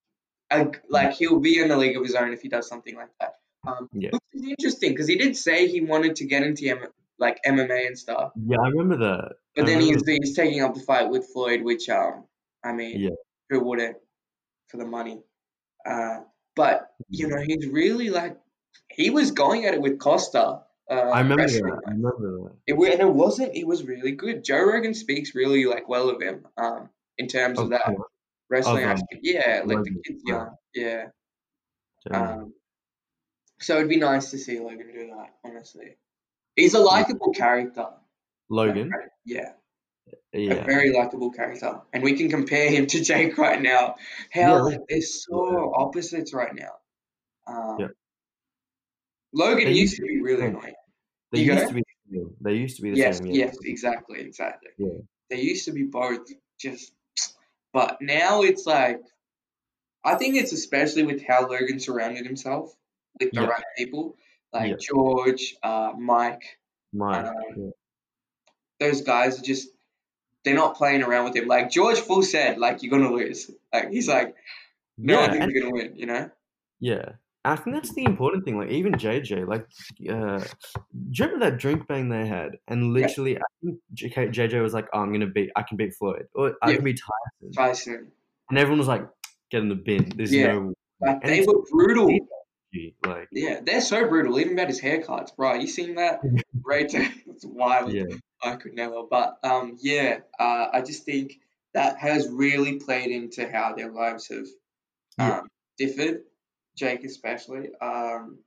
like, like he'll be in a league of his own if he does something like that. Um,
Yeah.
which is interesting because he did say he wanted to get into M- like MMA and stuff,
Yeah, I remember that.
but
I
then he's
remember.
he's taking up the fight with Floyd, which um I mean
Yeah.
who wouldn't for the money? Uh, but you know he's really like he was going at it with Costa. Uh,
I remember
wrestling.
that. I remember that.
It, wa- and it wasn't. It was really good. Joe Rogan speaks really like well of him. Um, in terms of
Of
that
course.
wrestling
um,
aspect, yeah, like the
Logan,
kids,
yeah.
young, yeah.
Damn.
Um, so it'd be nice to see Logan do that, honestly. He's a likable character. [LAUGHS]
Logan.
Yeah, a
Yeah.
very likable character. And we can compare him to [LAUGHS] Jake right now. How
Yeah.
like, they're so opposites right now. Um,
Yep.
Logan
They
used,
used
to be really
same.
annoying.
They
You
used
go?
to be the same. They used to be the
Yes,
same, yeah.
yes, exactly, exactly.
Yeah.
They used to be both just, [SNIFFS] but now it's like, I think it's especially with how Logan surrounded himself with the
Yeah.
right people, like
Yeah.
George, uh, Mike,
Mike.
um,
Yeah.
those guys are just they're not playing around with him. Like George Full said, like you're gonna lose. Like he's like, no one
Yeah,
thinks
and-
you're gonna win, you know?
yeah. I think that's the important thing. Like even JJ, like uh do you remember that drink bang they had? And
Yeah.
literally I think JK JJ was like, oh, I'm gonna beat I can beat Floyd or I
Yeah.
can beat Tyson.
Tyson.
And everyone was like, get in the bin. There's
Yeah.
no
Like
And
they
it's-
were brutal.
way. like
Yeah, they're so brutal, even about his haircuts, bro. You
[LAUGHS]
seen that? Right [LAUGHS] it's wild.
yeah.
I could never. But um yeah, uh, I just think that has really played into how their lives have
Yeah.
um, differed, Jake especially. Um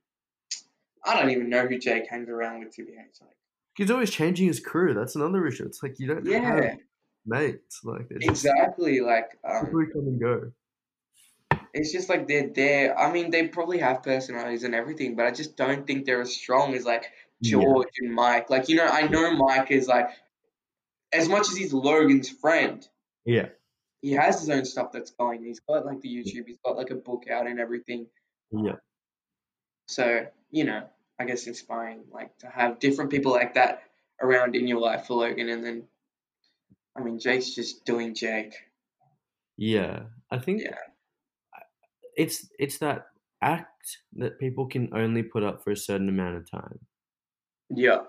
I don't even know who Jake hangs around with to be honest. Like
he's always changing his crew. That's another issue. It's like you don't
Yeah,
have mates. Like they're just
exactly. Like, um,
people who come and go.
it's just like they're there. I mean, they probably have personalities and everything, but I just don't think they're as strong as like
Yeah.
George and Mike. Like, you know, I know Mike is like as much as he's Logan's friend,
Yeah.
he has his own stuff that's going. He's got like the YouTube, he's got like a book out and everything.
Yeah.
So, you know, I guess inspiring like to have different people like that around in your life for Logan and then I mean Jake's just doing Jake.
Yeah. I think
Yeah.
it's it's that act that people can only put up for a certain amount of time,
Yeah.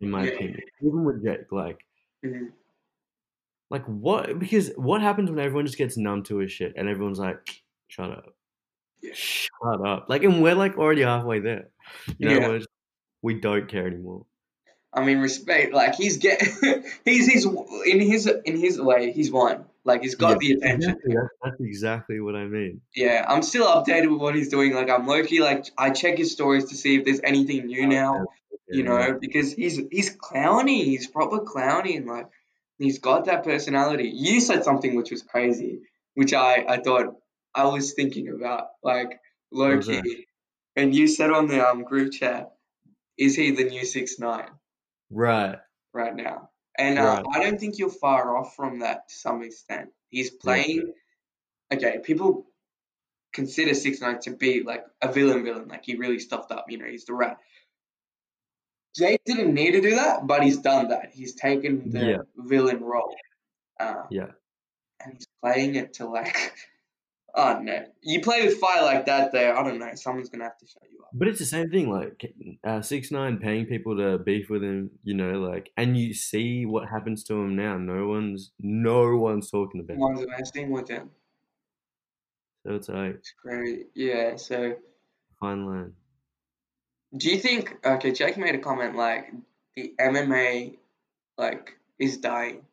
in my
Yeah.
opinion. Even with Jake, like
Mhm.
like what because what happens when everyone just gets numb to his shit and everyone's like, shut up.
Yeah.
Shut up. Like and we're like already halfway there. You know,
Yeah.
we're just- we don't care anymore.
I mean respect like he's get [LAUGHS] he's he's in his in his way, he's won. Like he's
Yeah.
got the attention.
Exactly. That's, that's exactly what I mean.
Yeah, I'm still updated with what he's doing. Like I'm low key, like I check his stories to see if there's anything new now, you
Oh, Yeah,
know, because he's he's clowny, he's proper clowny, and like he's got that personality. You said something which was crazy, which I I thought I was thinking about, like
What
low
was that?
key, and you said on the um group chat, is he the new six nine
Right,
right now? And uh,
right.
I don't think you're far off from that to some extent. He's
Yeah.
playing. Okay, people consider Six Nine to be like a villain villain. Like he really stuffed up, you know, he's the rat. Jake didn't need to do that, but he's done that. He's taken the
Yeah,
villain role. Uh,
yeah.
and he's playing it to like [LAUGHS] I don't know. You play with fire like that though, I don't know, someone's gonna have to shut you up.
But it's the same thing, like uh, six nine paying people to beef with him, you know, like, and you see what happens to him now. No one's, no one's talking about it.
One's the best thing with him.
So it's like
It's crazy. Yeah, so
fine line.
do you think okay, Jake made a comment like the MMA like is dying.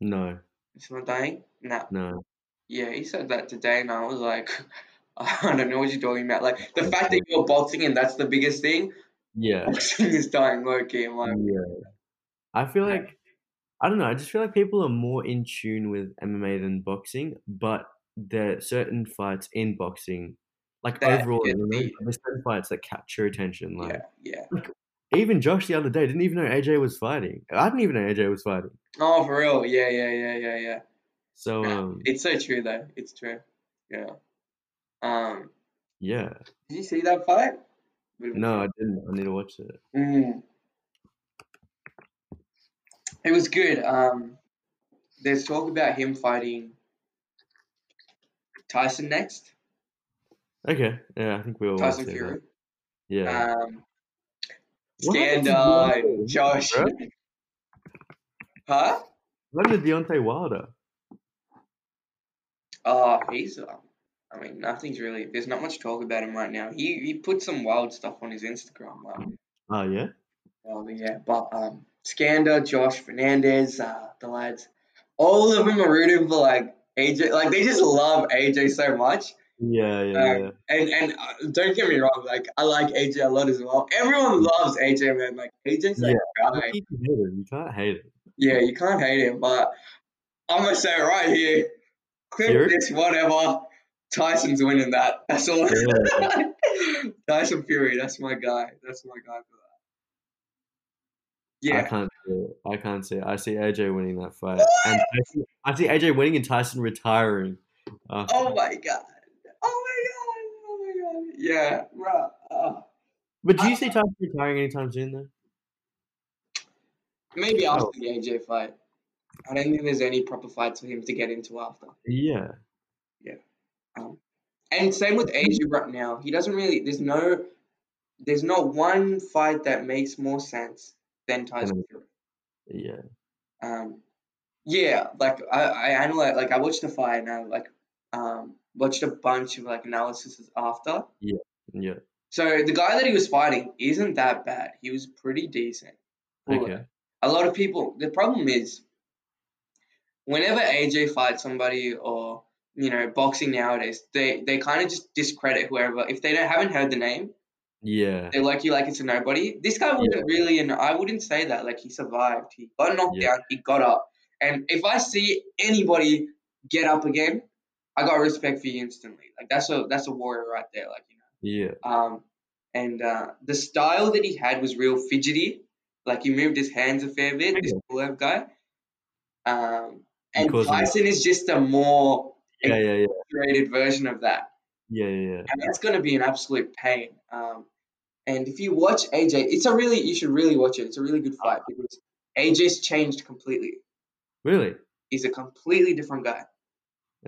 No,
It's not dying? No.
no.
Yeah, he said that today, and I was like, [LAUGHS] I don't know what you're talking about. Like the fact that
Okay.
you're boxing and that's the biggest thing, [LAUGHS]
Yeah,
boxing is dying low key. I'm like,
yeah. I feel
okay,
like I don't know. I just feel like people are more in tune with MMA than boxing, but there are certain fights in boxing, like
that
overall
get
in MMA,
the
there's certain fights that capture attention.
yeah,
Like,
yeah.
like even Josh the other day didn't even know AJ was fighting. I didn't even know AJ was fighting.
Oh, for real? Yeah, yeah, yeah, yeah, yeah.
So
Nah,
um,
it's so true though. It's true. Yeah. Um, [LAUGHS]
yeah.
did you see that fight? Bit of a
No,
joke.
I didn't. I need to watch it.
Mm, it was good. Um, there's talk about him fighting Tyson next,
Okay. Yeah, I think we all want to
Tyson
see that.
Fury.
Yeah.
Um,
What happened
stand
to
on
Deontay Wilder,
Josh,
bro?
huh?
What happened to Deontay Wilder?
Uh, he's. Uh, I mean, nothing's really. There's not much talk about him right now. He he put some wild stuff on his Instagram. Like,
Oh yeah.
well, yeah, but um, Skander, Josh Fernandez, uh, the lads, all of them are rooting for like AJ. Like they just love AJ so much.
Yeah, yeah, yeah.
Um, and and uh, don't get me wrong, like I like AJ a lot as well. Everyone loves AJ, man. Like AJ's
Yeah.
that
Like
guy.
you can hate him. You can't hate
[LAUGHS]
him.
Yeah, you can't hate him, but I'm gonna say it right here, clip
Fury.
this, whatever. Tyson's winning that. That's all.
Yeah.
[LAUGHS] Tyson Fury, that's my guy. That's my guy for that.
I
Yeah.
can't see it. I can't see it. I see AJ winning that fight, and
What?
Tyson, I see AJ winning and Tyson retiring Uh,
Oh
after.
my god. Oh my god. Oh my god. Yeah, bro. Oh.
But do
I,
you see Tyson retiring anytime soon, though?
maybe after
No.
the AJ fight. I don't think there's any proper fights for him to get into after.
Yeah.
Yeah. Um, and same with AJ right now. He doesn't really. There's no. There's not one fight that makes more sense than Tyson
Then-
Fury.
Yeah.
Um, Yeah, like I, I analyze, like I watched the fight and I like um watched a bunch of like analyses after.
Yeah. Yeah.
So the guy that he was fighting isn't that bad. He was pretty decent for it.
Okay.
A lot of people, the problem is whenever AJ fights somebody or you know boxing nowadays, they they kind of just discredit whoever if they don't haven't heard the name.
Yeah.
They like you like it's a nobody. This guy wasn't really an. I wouldn't say that. Like he survived. He got knocked
Yeah.
down. He got up. And if I see anybody get up again, I got respect for you instantly. Like that's a that's a warrior right there. Like you know.
Yeah.
Um, and uh, the style that he had was real fidgety. Like he moved his hands a fair bit. This
Okay.
Pulev guy. Um,
He
and
caused a lot.
Tyson is just a more
Yeah. Yeah. Yeah.
curated version of that.
Yeah. Yeah. yeah.
and that's going to be an absolute pain. Um, and if you watch AJ, it's a really you should really watch it. It's a really good fight because AJ's changed completely.
Really?
He's a completely different guy.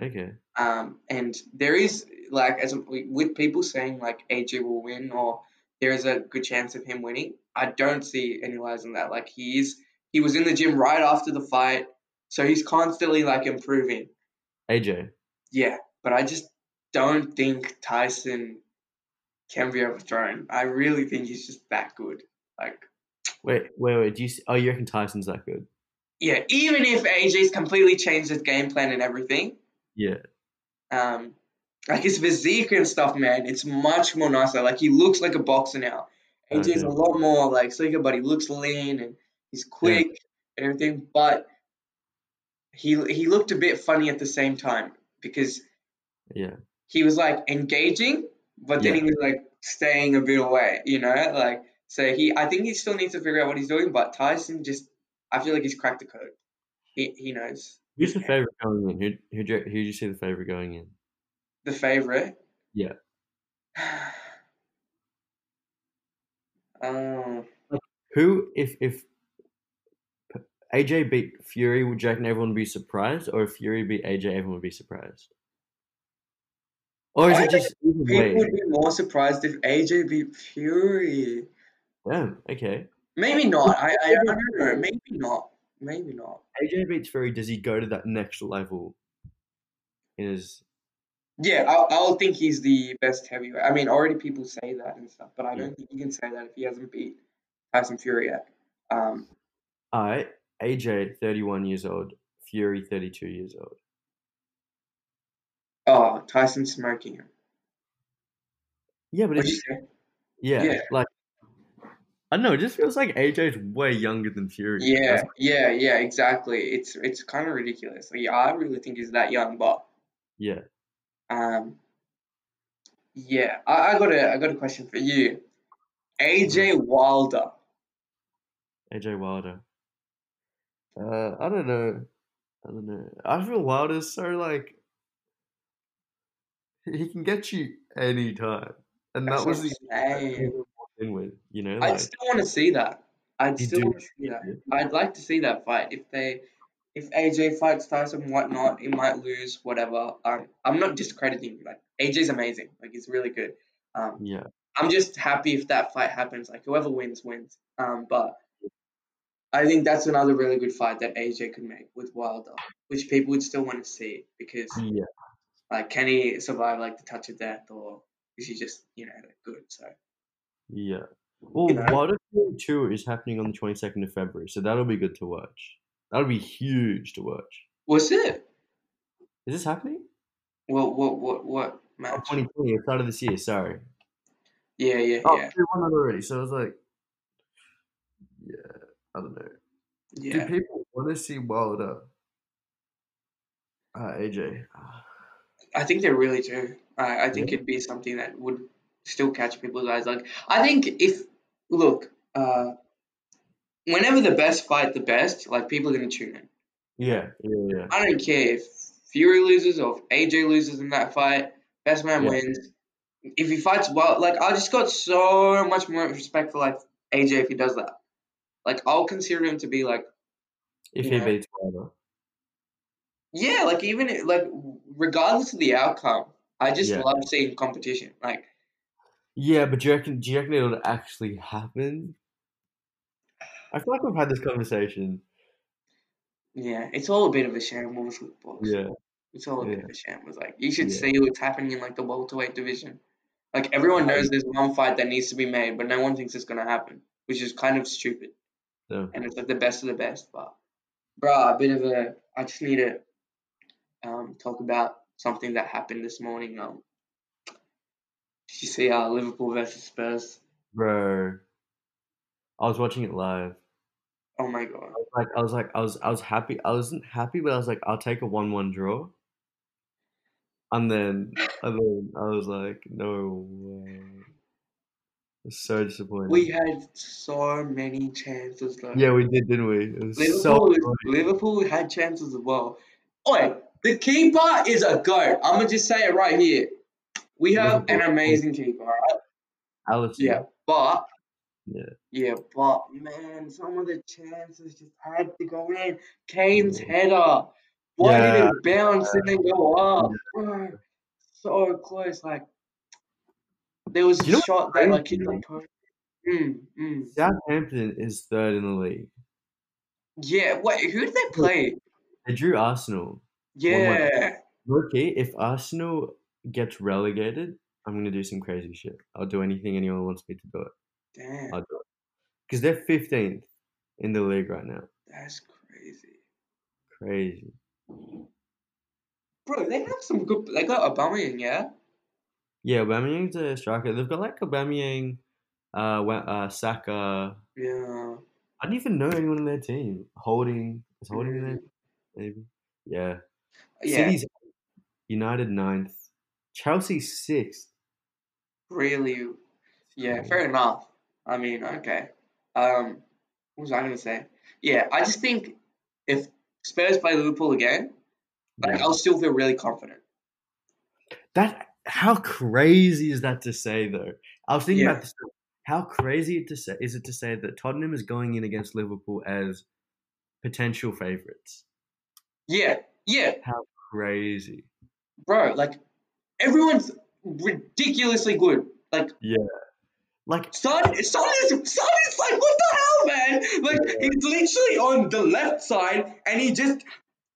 Okay.
Um, and there is like as with people saying like AJ will win or there is a good chance of him winning. I don't see any lies in that. Like he is, he was in the gym right after the fight, so he's constantly like improving.
AJ.
Yeah, but I just don't think Tyson can be overthrown. I really think he's just that good. Like,
Wait. Wait. Wait. Do you? s oh, you reckon Tyson's that good?
yeah, even if AJ's completely changed his game plan and everything,
Yeah.
um, like his physique and stuff, man, it's much more nicer. Like he looks like a boxer now. AJ's
Okay.
a lot more like slicker, but he looks lean and he's quick and everything. But he he looked a bit funny at the same time because
Yeah.
he was like engaging, but then
Yeah.
he was like staying a bit away, you know? Like, so he, I think he still needs to figure out what he's doing, but Tyson just, I feel like he's cracked the code. He, he knows
Who's the favorite going in? Who? Who? do you- Who do you see the favorite going in?
the favorite.
Yeah.
[SIGHS] Um,
Who? If if p- AJ beat Fury, would Jack and everyone be surprised? Or if Fury beat AJ, everyone would be surprised? Or is
I
it just even
people
way?
would be more surprised if AJ beat Fury.
Damn. Okay.
Maybe not. I, I, I don't know. Maybe not. Maybe not.
AJ beats Fury. Does he go to that next level? In his
Yeah, I'll, I'll think he's the best heavyweight. I mean, already people say that and stuff, but I don't think you can say that if he hasn't beat Tyson Fury yet. Um,
All right, AJ, 31 years old. Fury, 32 years old.
oh, Tyson smoking him.
Yeah, but
What'd you
it's,
say?
yeah,
yeah.
like, I don't know, it just feels like AJ's way younger than Fury.
Yeah,
That's-
yeah, yeah, exactly. It's it's kind of ridiculous. Like, yeah, I really think he's that young, but
yeah.
um, yeah, I, I got a I got a question for you. AJ
Mm-hmm.
Wilder.
AJ Wilder. Uh, I don't know. I don't know. I feel Wilder's so, like, he can get you anytime. And
That's
that was
what
the
I'm saying.
thing with, you know,
I
like,
still want to see that. I'd
You
still
do.
want to see that. I'd like to see that fight. If they, if AJ fights Tyson, whatnot, he might lose. Whatever. Um, I'm not discrediting. Like AJ's amazing. Like he's really good. Um,
yeah,
I'm just happy if that fight happens. Like whoever wins wins. Um, but I think that's another really good fight that AJ could make with Wilder, which people would still want to see because
yeah,
like can he survive like the touch of death or is he just you know like, good? So
yeah. Well,
You know.
Wilder Fury 2 is happening on the 22nd of February, so that'll be good to watch. That'll be huge to watch.
what's it?
Is this happening?
What what what what
Oh,
match?
2020, the start of this year, sorry.
Yeah, yeah,
Oh,
yeah,
we won that already, so I was like, yeah, I don't know.
yeah.
Do people want to see Wilder? Uh, AJ.
I think they really do. I, I think it'd be something that would still catch people's eyes. Like I think if look, uh, whenever the best fight the best, like people are gonna tune in.
Yeah, yeah, yeah.
I don't care if Fury loses or if AJ loses in that fight. Best man
Yeah.
wins. If he fights well, like I just got so much more respect for like AJ if he does that. Like I'll consider him to be like
If
Yeah.
he beats Wilder.
yeah, like even i- like regardless of the outcome, I just
Yeah.
love seeing competition. Like.
Yeah, but do you reckon, do you reckon it'll actually happen? I feel like we've had this conversation.
Yeah, it's all a bit of a shambles with boxing.
Yeah,
It's all a bit
yeah.
of a shambles. Like you should
Yeah.
see what's happening in like the welterweight division. Like everyone knows there's one fight that needs to be made, but no one thinks it's gonna happen, which is kind of stupid.
so
And it's like the best of the best, but bruh, a bit of a. I just need to um talk about something that happened this morning. Um, did you see uh Liverpool versus Spurs?
bro. I was watching it live.
Oh my god.
Like I was like I was I was happy. I wasn't happy, but I was like I'll take a one-one draw. And then and then I was like, no way. It's so disappointing.
We had so many chances though.
yeah, we did, didn't we? It was so
Liverpool,
annoying.
Liverpool had chances as well. Oi, the keeper is a goat. I'm gonna just say it right here. We have an
Liverpool.
amazing keeper, right?
Allison.
Yeah, but
Yeah.
yeah, but man, some of the chances just had to go in. Kane's
Yeah.
header, why did
Yeah.
it bounce and then go up? Bro, so close. Like there was a
Do you know
shot
what's
that like
crazy,
hit the
man?
post. Mm, mm.
Southampton is third in the league.
Yeah, wait, who did they play?
They drew Arsenal. One one.
Yeah.
Okay, if Arsenal gets relegated, I'm gonna do some crazy shit. I'll do anything anyone wants me to do it.
Damn,
I'll do it because they're fifteenth in the league right now.
that's crazy.
Crazy.
Bro, they have some good. They got Aubameyang, yeah.
Yeah, Aubameyang's a striker. They've got like Aubameyang, uh, Wa- uh, Saka.
Yeah.
I don't even know anyone in their team. Holding is holding in there
Mm,
maybe. Yeah,
yeah.
City's United ninth, Chelsea sixth. Oh,
Really.
It's
Yeah.
crazy.
Fair enough. I mean, okay. Um, what was I gonna say? Yeah, I just think if Spurs play Liverpool again, like
Yeah.
I'll still feel really confident.
That how crazy is that to say though? I was thinking
Yeah.
about this. How crazy it to say is it to say that Tottenham is going in against Liverpool as potential favourites?
Yeah. Yeah,
How crazy!
bro. Like everyone's ridiculously good. Like
Yeah, like
Son, Son is Son is like what the hell, man? Like
Yeah.
he's literally on the left side, and he just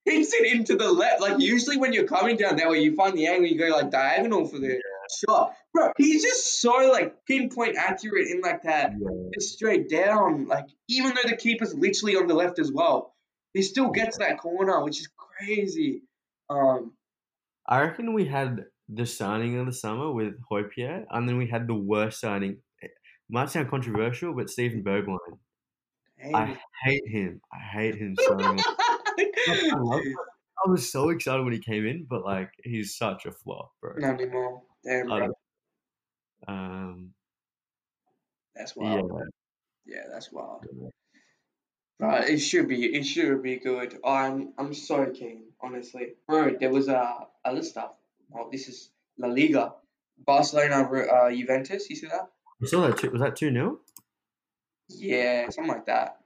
hits it into the left. Like usually when you're coming down that way, you find the angle, you go like diagonal for the shot, bro. He's just so like pinpoint accurate in like that,
yeah,
just straight down. Like even though the keeper's literally on the left as well, he still
yeah.
gets that corner, which is crazy. Um,
I reckon we had the signing of the summer with Hoypier, and then we had the worst signing. It might sound controversial, but Steven Bergwijn. I
dang.
hate him. I hate him
[LAUGHS]
so much. Like, [LAUGHS] I love. I was so excited when he came in, but like he's such a flop, bro.
Not anymore. Damn,
I
bro.
don't. Um.
That's
Yeah.
wild. Yeah, that's wild.
yeah.
Right, it should be it should be good. I'm I'm so keen, honestly. Bro, there was uh other stuff. Well, this is La Liga, Barcelona, uh, Juventus. You see that?
You saw that two, was that two 0
Yeah, something like that.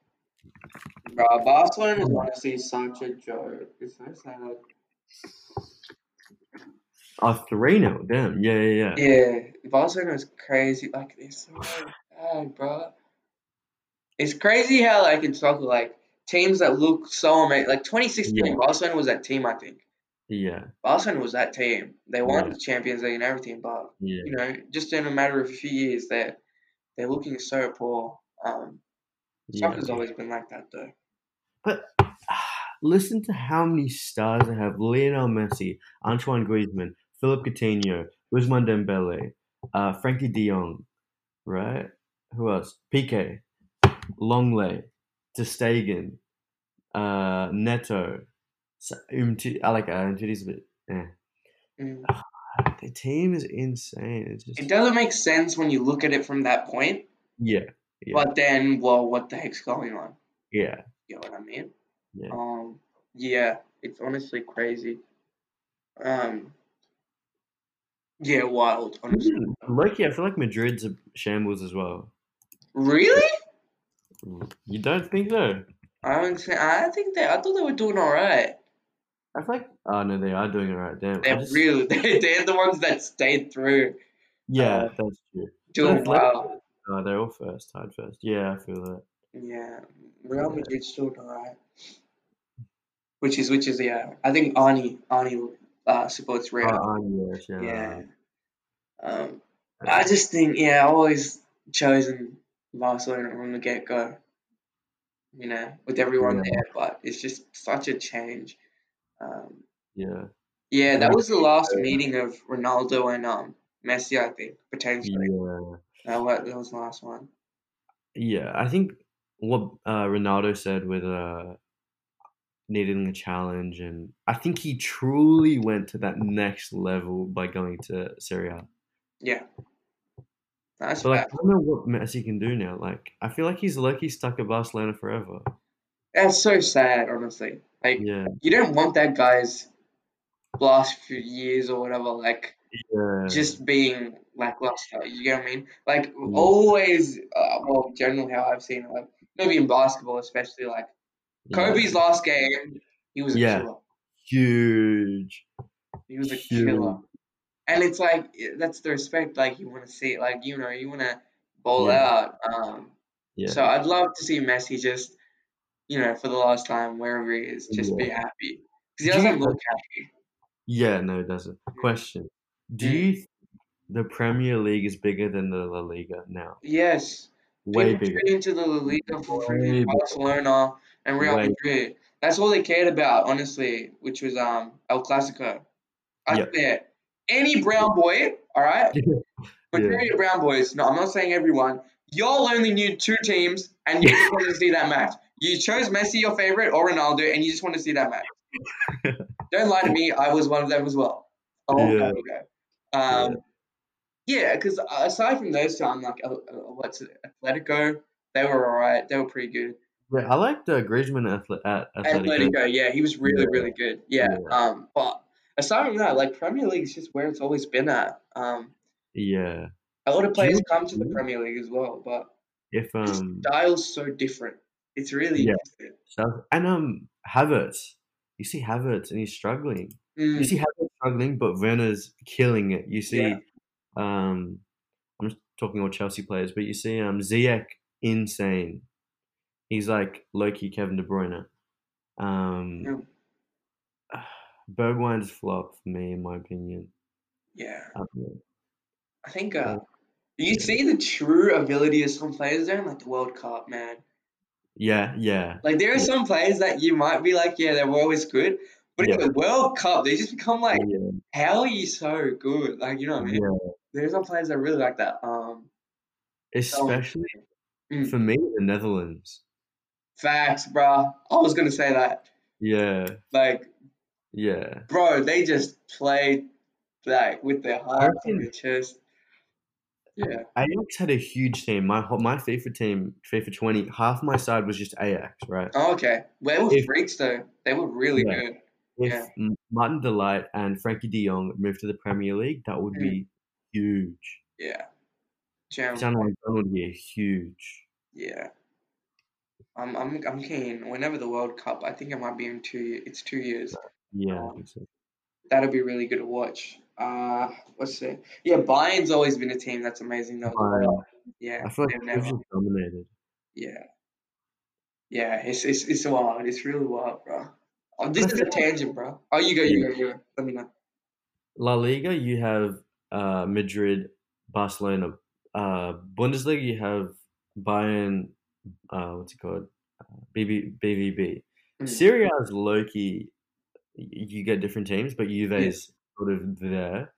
Bro, Barcelona is honestly such a joke. It's so sad.
Oh, 3 0 Damn. Yeah. Yeah. Yeah.
Yeah, Barcelona is crazy. Like they're so bad, bro. It's crazy how like in soccer, like teams that look so amazing. Like 2016,
Yeah.
Barcelona was that team, I think.
Yeah.
Barcelona was that team. They won
Yeah.
the Champions League and everything, but
Yeah.
you know, just in a matter of a few years, they're they're looking so poor. Um,
Yeah.
soccer's always been like that, though.
But listen to how many stars they have: Lionel Messi, Antoine Griezmann, Philip Coutinho, Usman Dembele, uh, Frankie De Jong, right? Who else? Piqué, Longley, De Stegen, uh, Neto, S- Umti. I like uh, Umtiti's a bit. Eh.
Mm.
The team is insane. It's
It
just
doesn't make sense when you look at it from that point,
yeah, yeah,
but then, well, what the heck's going on?
yeah,
You know what I mean?
yeah.
Um, yeah, it's honestly crazy. Um, yeah, wild, honestly.
Even Loki, I feel like Madrid's a shambles as well.
Really?
You don't think so?
I haven't seen. I think they. I thought they were doing all right.
I feel like oh no, they are doing it right. Damn, I
They're
just
[LAUGHS] really. They're the ones that stayed through.
yeah,
Um,
that's true. But
doing
Athletic,
well.
oh, they're all first, tied first. Yeah, I feel that.
Yeah, Real
Yeah,
Madrid's doing alright. Which is which is yeah. I think Arnie Arnie uh, supports
oh,
Real.
oh yes, yeah,
Yeah. Um,
yeah.
I just think yeah, I always chosen Barcelona from the get go. You know, with everyone
yeah,
there, but it's just such a change. Um,
yeah.
yeah,
And
that
then
was the last meeting of Ronaldo and um Messi, I think potentially.
yeah.
Uh, what, that was the last one.
Yeah, I think what uh, Ronaldo said with uh, needing a challenge, and I think he truly went to that next level by going to Syria.
Yeah. That's
But like, I
fair.
don't know what Messi can do now. Like, I feel like he's lucky stuck at Barcelona forever.
That's so sad, honestly. Like,
Yeah,
you don't want that guy's last few years or whatever, like,
yeah,
just being lackluster. You get what I mean? Like,
yeah,
always, uh, well, generally how I've seen it, like, maybe in basketball, especially, like,
yeah,
Kobe's last game, he was a
yeah.
killer.
Huge,
He was a killer.
huge.
And it's like, i- that's the respect, like, you want to see, like, you know, you want to bowl
Yeah,
out. Um,
yeah,
so I'd love to see Messi just, you know, for the last time, wherever he is, just be
yeah.
happy. Because he
Do you?
doesn't look happy.
Yeah, no, it doesn't. Question: Do
Mm.
you? think The Premier League is bigger than the La Liga now.
Yes,
Way
people
bigger.
tune into the La Liga for freaking
Way bigger.
Barcelona and Real
Way.
Madrid. That's all they cared about, honestly, which was um El Clasico. I
Yep.
swear, any brown boy, all right,
[LAUGHS] Yeah.
majority of brown boys. No, I'm not saying everyone. Y'all only knew two teams, and you just wanted to see that match. You chose Messi, your favorite, or Ronaldo, and you just wanted to see that match.
[LAUGHS]
Don't lie to me. I was one of them as well. A long
Yeah.
time ago.
Yeah.
Um, yeah, because aside from those two, I'm like, uh, uh, what's it, Atletico? They were all right. They were pretty good.
Yeah. I liked uh, Griezmann at Athle- at Atletico.
Atletico, yeah, he was really,
Yeah.
really good. Yeah.
Yeah.
Um, but aside from that, like Premier League is just where it's always been at. Um,
Yeah. Mm-hmm.
a lot of
Do
players
you
come to the
know
Premier League as well, but
if
the
um
style's so different. It's really
yeah
interesting.
South and um Havertz, you see Havertz and he's struggling. You see
Mm,
Havertz struggling, but Werner's killing it. You see
yeah,
um I'm just talking all Chelsea players, but you see um Ziyech insane. He's like Loki Kevin De Bruyne. Um,
yeah,
[SIGHS] Bergwijn's flop for me, in my opinion. Um,
yeah.
I don't know.
I think uh,
But,
you
yeah.
see the true ability of some players there in like the World Cup, man.
Yeah, yeah,
Like there are
yeah,
some players that you might be like, yeah, they were always good, but in
yeah,
the World Cup, they just become like,
yeah,
how are you so good? Like you know what I mean?
yeah.
There's some players that really like that. Um, so
Especially
mm,
for me, the Netherlands.
facts, bruh. I was gonna say that.
Yeah,
Like,
yeah.
bro, they just played like with their
I
hearts
reckon
on their chest. Yeah,
Ajax had a huge team. My ho- my FIFA team, FIFA 20, half my side was just Ajax, right?
Oh, okay. They were
If
freaks though. They were really
yeah,
good. Yeah.
if M- Martin Delight and Frankie De Jong moved to the Premier League, that would
Mm.
be huge.
Yeah.
Sound
Gem.
like that would be huge.
Yeah. I'm I'm I'm keen. Whenever the World Cup, I think it might be in two years. It's two years.
Yeah, I
Um,
think so.
that'll be really good to watch. Uh, what's it? Yeah, Bayern's always been a team that's amazing though as
Bayern.
well. Yeah,
I feel like
they've
they've
never.
just dominated.
Yeah, yeah. It's it's it's wild. It's really wild, bro. Oh,
And I
this is
feel
a
like
tangent, bro. Oh, you go,
yeah,
you go, you go. Let me know.
La Liga, you have uh, Madrid, Barcelona. Uh, Bundesliga, you have Bayern. Uh, what's it called? BB, BVB.
Mm.
Serie A is low-key. y- You get different teams, but
Yeah,
Juve's sort of there.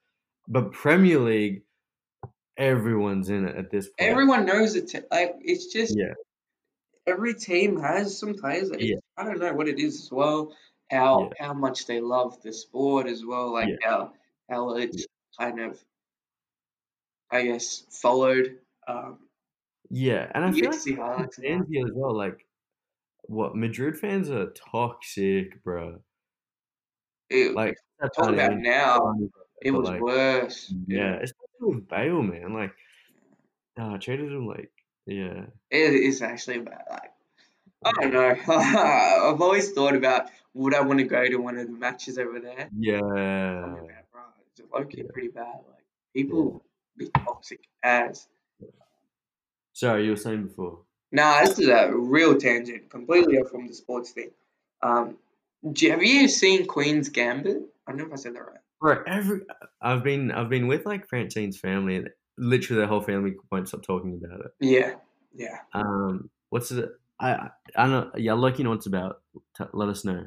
But Premier League, everyone's in it at this point.
everyone knows it. Like it's just
Yeah,
every team has some players that
yeah,
it's I don't know what it is as well,
yeah,
how how much they love the sport as well, like
yeah,
how how
yeah.
it's kind of I guess followed. Um,
Yeah, and I
you
feel
get to
like
see
the
highlights and that.
fans here as well. Like, what Madrid fans are toxic, bro.
It,
Like that's
talk
funny. I
about
mean,
now,
funny,
it
but
was
like,
worse. Yeah,
yeah, especially with Bale, man. Like, uh, traded him like, yeah,
it is actually bad. Like I don't know. [LAUGHS] I've always thought about would I want to go to one of the matches over there. I mean,
yeah,
man, bro, it's low key
yeah,
pretty bad. Like
yeah.
people be toxic as.
Sorry, you were saying before.
Nah, this is a real tangent, completely off from the sports thing. Um, do, have you seen Queen's Gambit? I don't know if I said that right.
Bro, every uh, I've been I've been with like Francine's family, and literally their whole family won't stop talking about it.
Yeah, yeah.
Um, what's it? I I don't know. Yeah, I'll let you know what it's about. T- let us know.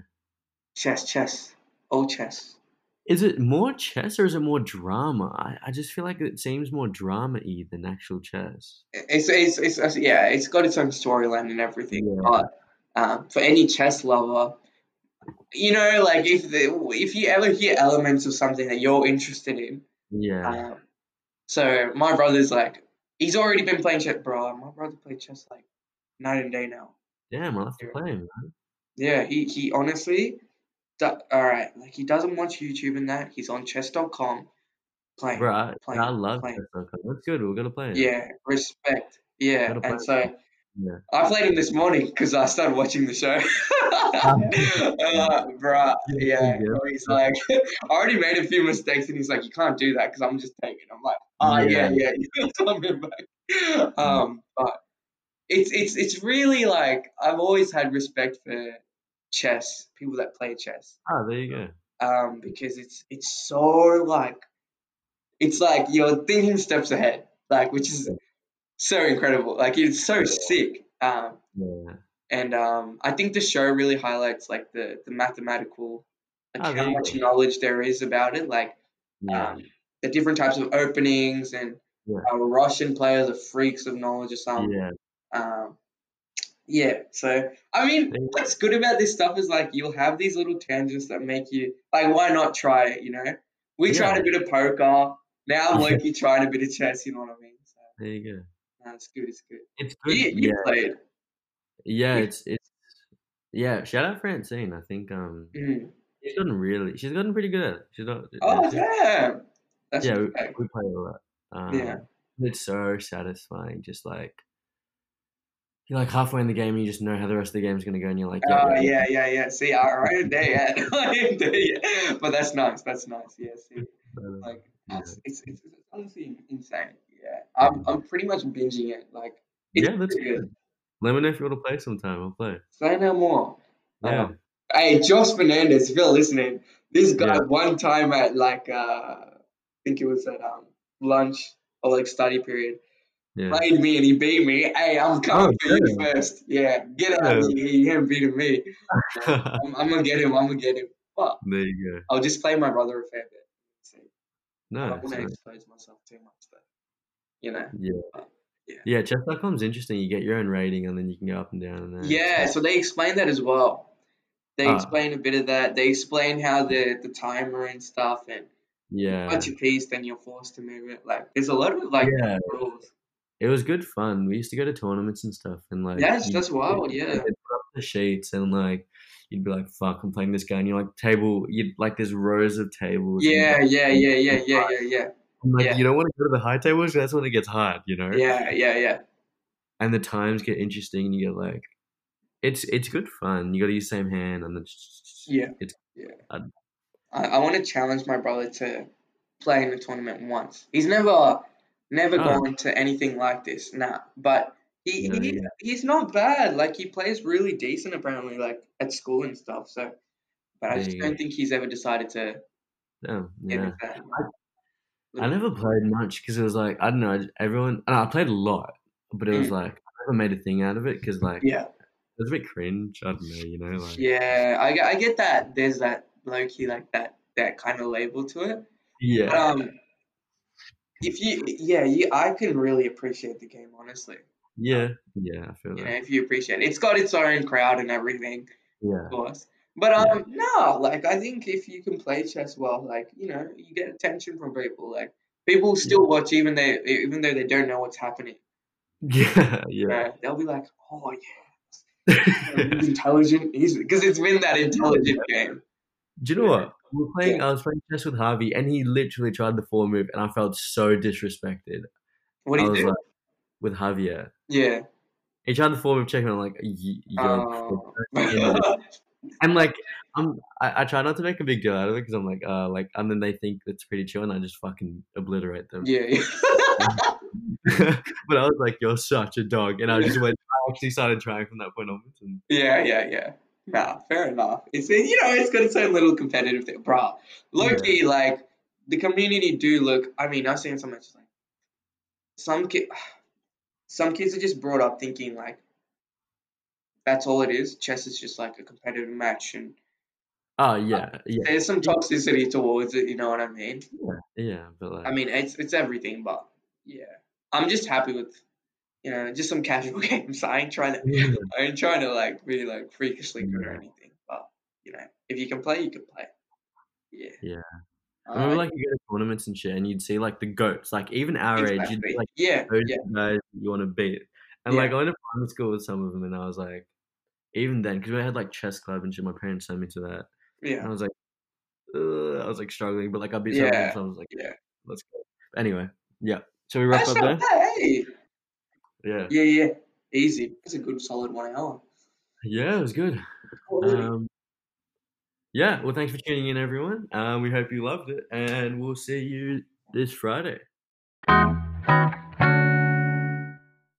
Chess, chess, all chess.
Is it more chess or is it more drama? I, I just feel like it seems more drama y than actual chess.
It's, it's, it's, it's- yeah, it's got its own storyline and everything.
Yeah.
But um, for any chess lover, you know, like if the, if you ever hear elements of something that you're interested in,
Yeah.
um, so my brother's like, he's already been playing chess, bro. My brother played chess like night and day now.
Damn, I'll have to play him.
Yeah, he he honestly, do- all right, like he doesn't watch YouTube and that. He's on chess.com playing,
Bro, I,
playing,
I love
playing.
chess. That's good. We're going to play him.
Yeah, respect. Yeah,
Gotta
and
play
so
Yeah.
I played him this morning because I started watching the show. [LAUGHS] uh, bruh,
Yeah.
yeah. So he's like, [LAUGHS] I already made a few mistakes, and he's like, you can't do that because I'm just taking. I'm like, oh yeah, yeah, [LAUGHS] you're coming back. Um, but it's it's it's really like I've always had respect for chess, people that play chess,
Ah, there you go.
um, because it's it's so like it's like you're thinking steps ahead, like which is so incredible. Like it's so sick. Um,
Yeah.
and um, I think the show really highlights like the the mathematical, like
Oh, there
how
you
much
go.
knowledge there is about it, like
Yeah.
um, the different types of openings and
Yeah.
how Russian players are freaks of knowledge or something.
Yeah.
Um, yeah, so I mean,
There you go.
what's good about this stuff is like you'll have these little tangents that make you like, why not try it? You know, we tried
Yeah.
a bit of poker. Now
[LAUGHS]
I'm low-key trying a bit of chess. You know what I mean? So
There you go.
no, it's good. It's good.
It's good.
You
Yeah.
you played.
Yeah.
You,
It's, it's, yeah. Shout out Francine. I think, um,
mm.
she's gotten really, she's gotten pretty good at it. She's not, yeah.
Oh
She's,
damn, that's
yeah. We,
respect.
we play a lot.
Yeah.
Um, it's so satisfying. Just like, you're like halfway in the game and you just know how the rest of the game's going to go and you're like, yeah,
Oh
yeah.
yeah, yeah, yeah. See, I I ain't there yet. [LAUGHS] I ain't there yet. But that's nice. That's nice. Yeah. See,
Yeah.
like
Yeah.
that's it's it's, it's honestly insane. Yeah.
Yeah.
I'm I'm pretty much binging it. Like it's
Yeah, that's
pretty good.
good. Let me know if you want to play sometime. I'll play.
Say no more.
Yeah.
Um. Hey, Josh Fernandez. If you're listening, this guy
Yeah.
one time at like uh, I think it was at um lunch or like study period
Yeah.
played me and he beat me. Hey, I'm coming
Oh,
for you
damn.
first. Yeah, get out of
Yeah.
here. He him beating me. Yeah, I'm, I'm gonna get him. I'm gonna get him. But
[LAUGHS] There you go.
I'll just play my brother a fair bit. See, I don't
Nice,
want to
nice.
expose myself too much, though. You know.
Yeah.
But, yeah.
Yeah, chess.com's interesting. You get your own rating and then you can go up and down and there. It's
Yeah.
like,
So they explain that as well. They
Mm, ah,
explain a bit of that. They explain how the the timer and stuff, and if you touch
yeah.
a piece, then you're forced to move it. Like there's a lot of like
Yeah.
rules.
It was good fun. We used to go to tournaments and stuff and like
Yes,
you
that's wild. Yeah.
they'd put up the sheets and like you'd be like, fuck, I'm playing this guy and you're like table you'd like there's rows of tables and you'd
Yeah.
like
Yeah. Yeah.
[LAUGHS]
Yeah. Yeah. Yeah. Yeah.
and like
Yeah.
you don't want to go to the high tables 'cause that's when it gets hard, you know?
Yeah. Yeah. Yeah.
And the times get interesting and you get like it's it's good fun. You got to use same hand, and it's
Yeah.
it's
Yeah.
uh,
I, I want to challenge my brother to play in a tournament once. He's never never
oh
gone to anything like this, nah. But he,
yeah there
he
you
he's not bad. Like he plays really decent apparently, like at school and stuff. So, but
go
I
there
just
you
don't think he's ever decided to
go. Oh,
get
yeah.
into that
I,
like
I
little.
never played much because it was like I don't know I j- everyone. And I played a lot, but it was
Mm,
like I never made a thing out of it because like
yeah,
it was a bit cringe. I don't know, you know, like
yeah. I get I get that. There's that low key like that that kind of label to it. But
yeah,
um, if you yeah, you I can really appreciate the game honestly. Um,
yeah, yeah. I feel
you know,
that.
if you appreciate it, it's got its own crowd and everything.
Yeah, [LAUGHS]
course. But
yeah,
um, no, like I think if you can play chess well, like you know, you get attention from people. Like people
yeah,
still watch even they even though they don't know what's happening.
yeah, [LAUGHS]
You
yeah.
know, they'll be like, oh yeah, you know, he's intelligent. He's [LAUGHS] because it's been that intelligent game.
Do you know
You know,
what? We We're
yeah,
playing. I was playing chess with Harvey, and he literally tried the four move, and I felt so disrespected.
what do
I
you
was
do?
like with Javier.
Yeah,
He tried the four move check, and I'm like, "Y- you're cr-
um,
into [LAUGHS] this. and like I'm, I, I try not to make a big deal out of it because I'm like, uh, like, and then they think it's pretty chill, and I just fucking obliterate them.
[LAUGHS] yeah,
[LAUGHS] but I was like, you're such a dog, and I [LAUGHS]
yeah,
just went. I actually started trying from that point onwards. And,
yeah, yeah, yeah. Nah, fair enough. It's you know, it's got its own little competitive thing, bro. Low
yeah,
key, like the community do look. I mean, I've seen so much like some kid. [SIGHS] some kids are just brought up thinking like that's all it is. Chess is just like a competitive match, and
Oh yeah, [LAUGHS] yeah,
There's some toxicity towards it, you know what I mean?
yeah. But like,
I mean, it's it's everything, but yeah, I'm just happy with, you know, just some casual [LAUGHS] games. I ain't trying to,
[LAUGHS] yeah, [LAUGHS]
I ain't trying to like really like freakishly good or
Yeah.
anything. But you know, if you can play, you can play. Yeah.
Yeah. I
All
remember
right.
like you go to tournaments and shit, and you'd see like the goats, like even our age, you'd be
Exactly.
like
Yeah.
those
Yeah.
guys you want to beat. And
Yeah.
like I went to primary school with some of them, and I was like, even then, because we had like chess club and shit, my parents sent me to that, and
Yeah.
I was like, Ugh, I was like struggling, but like I beat some of them,
Yeah.
so I was like, yeah,
Yeah.
let's go. Anyway, yeah. Shall we wrap
That's
up
not
there?
bad. Hey.
Yeah.
Yeah. Yeah. Easy. That's a good solid one hour.
Yeah, it was good.
Already.
Um, yeah. Well, thanks for Uh, tuning in, everyone. Um, we hope you loved it, and we'll see you this Friday.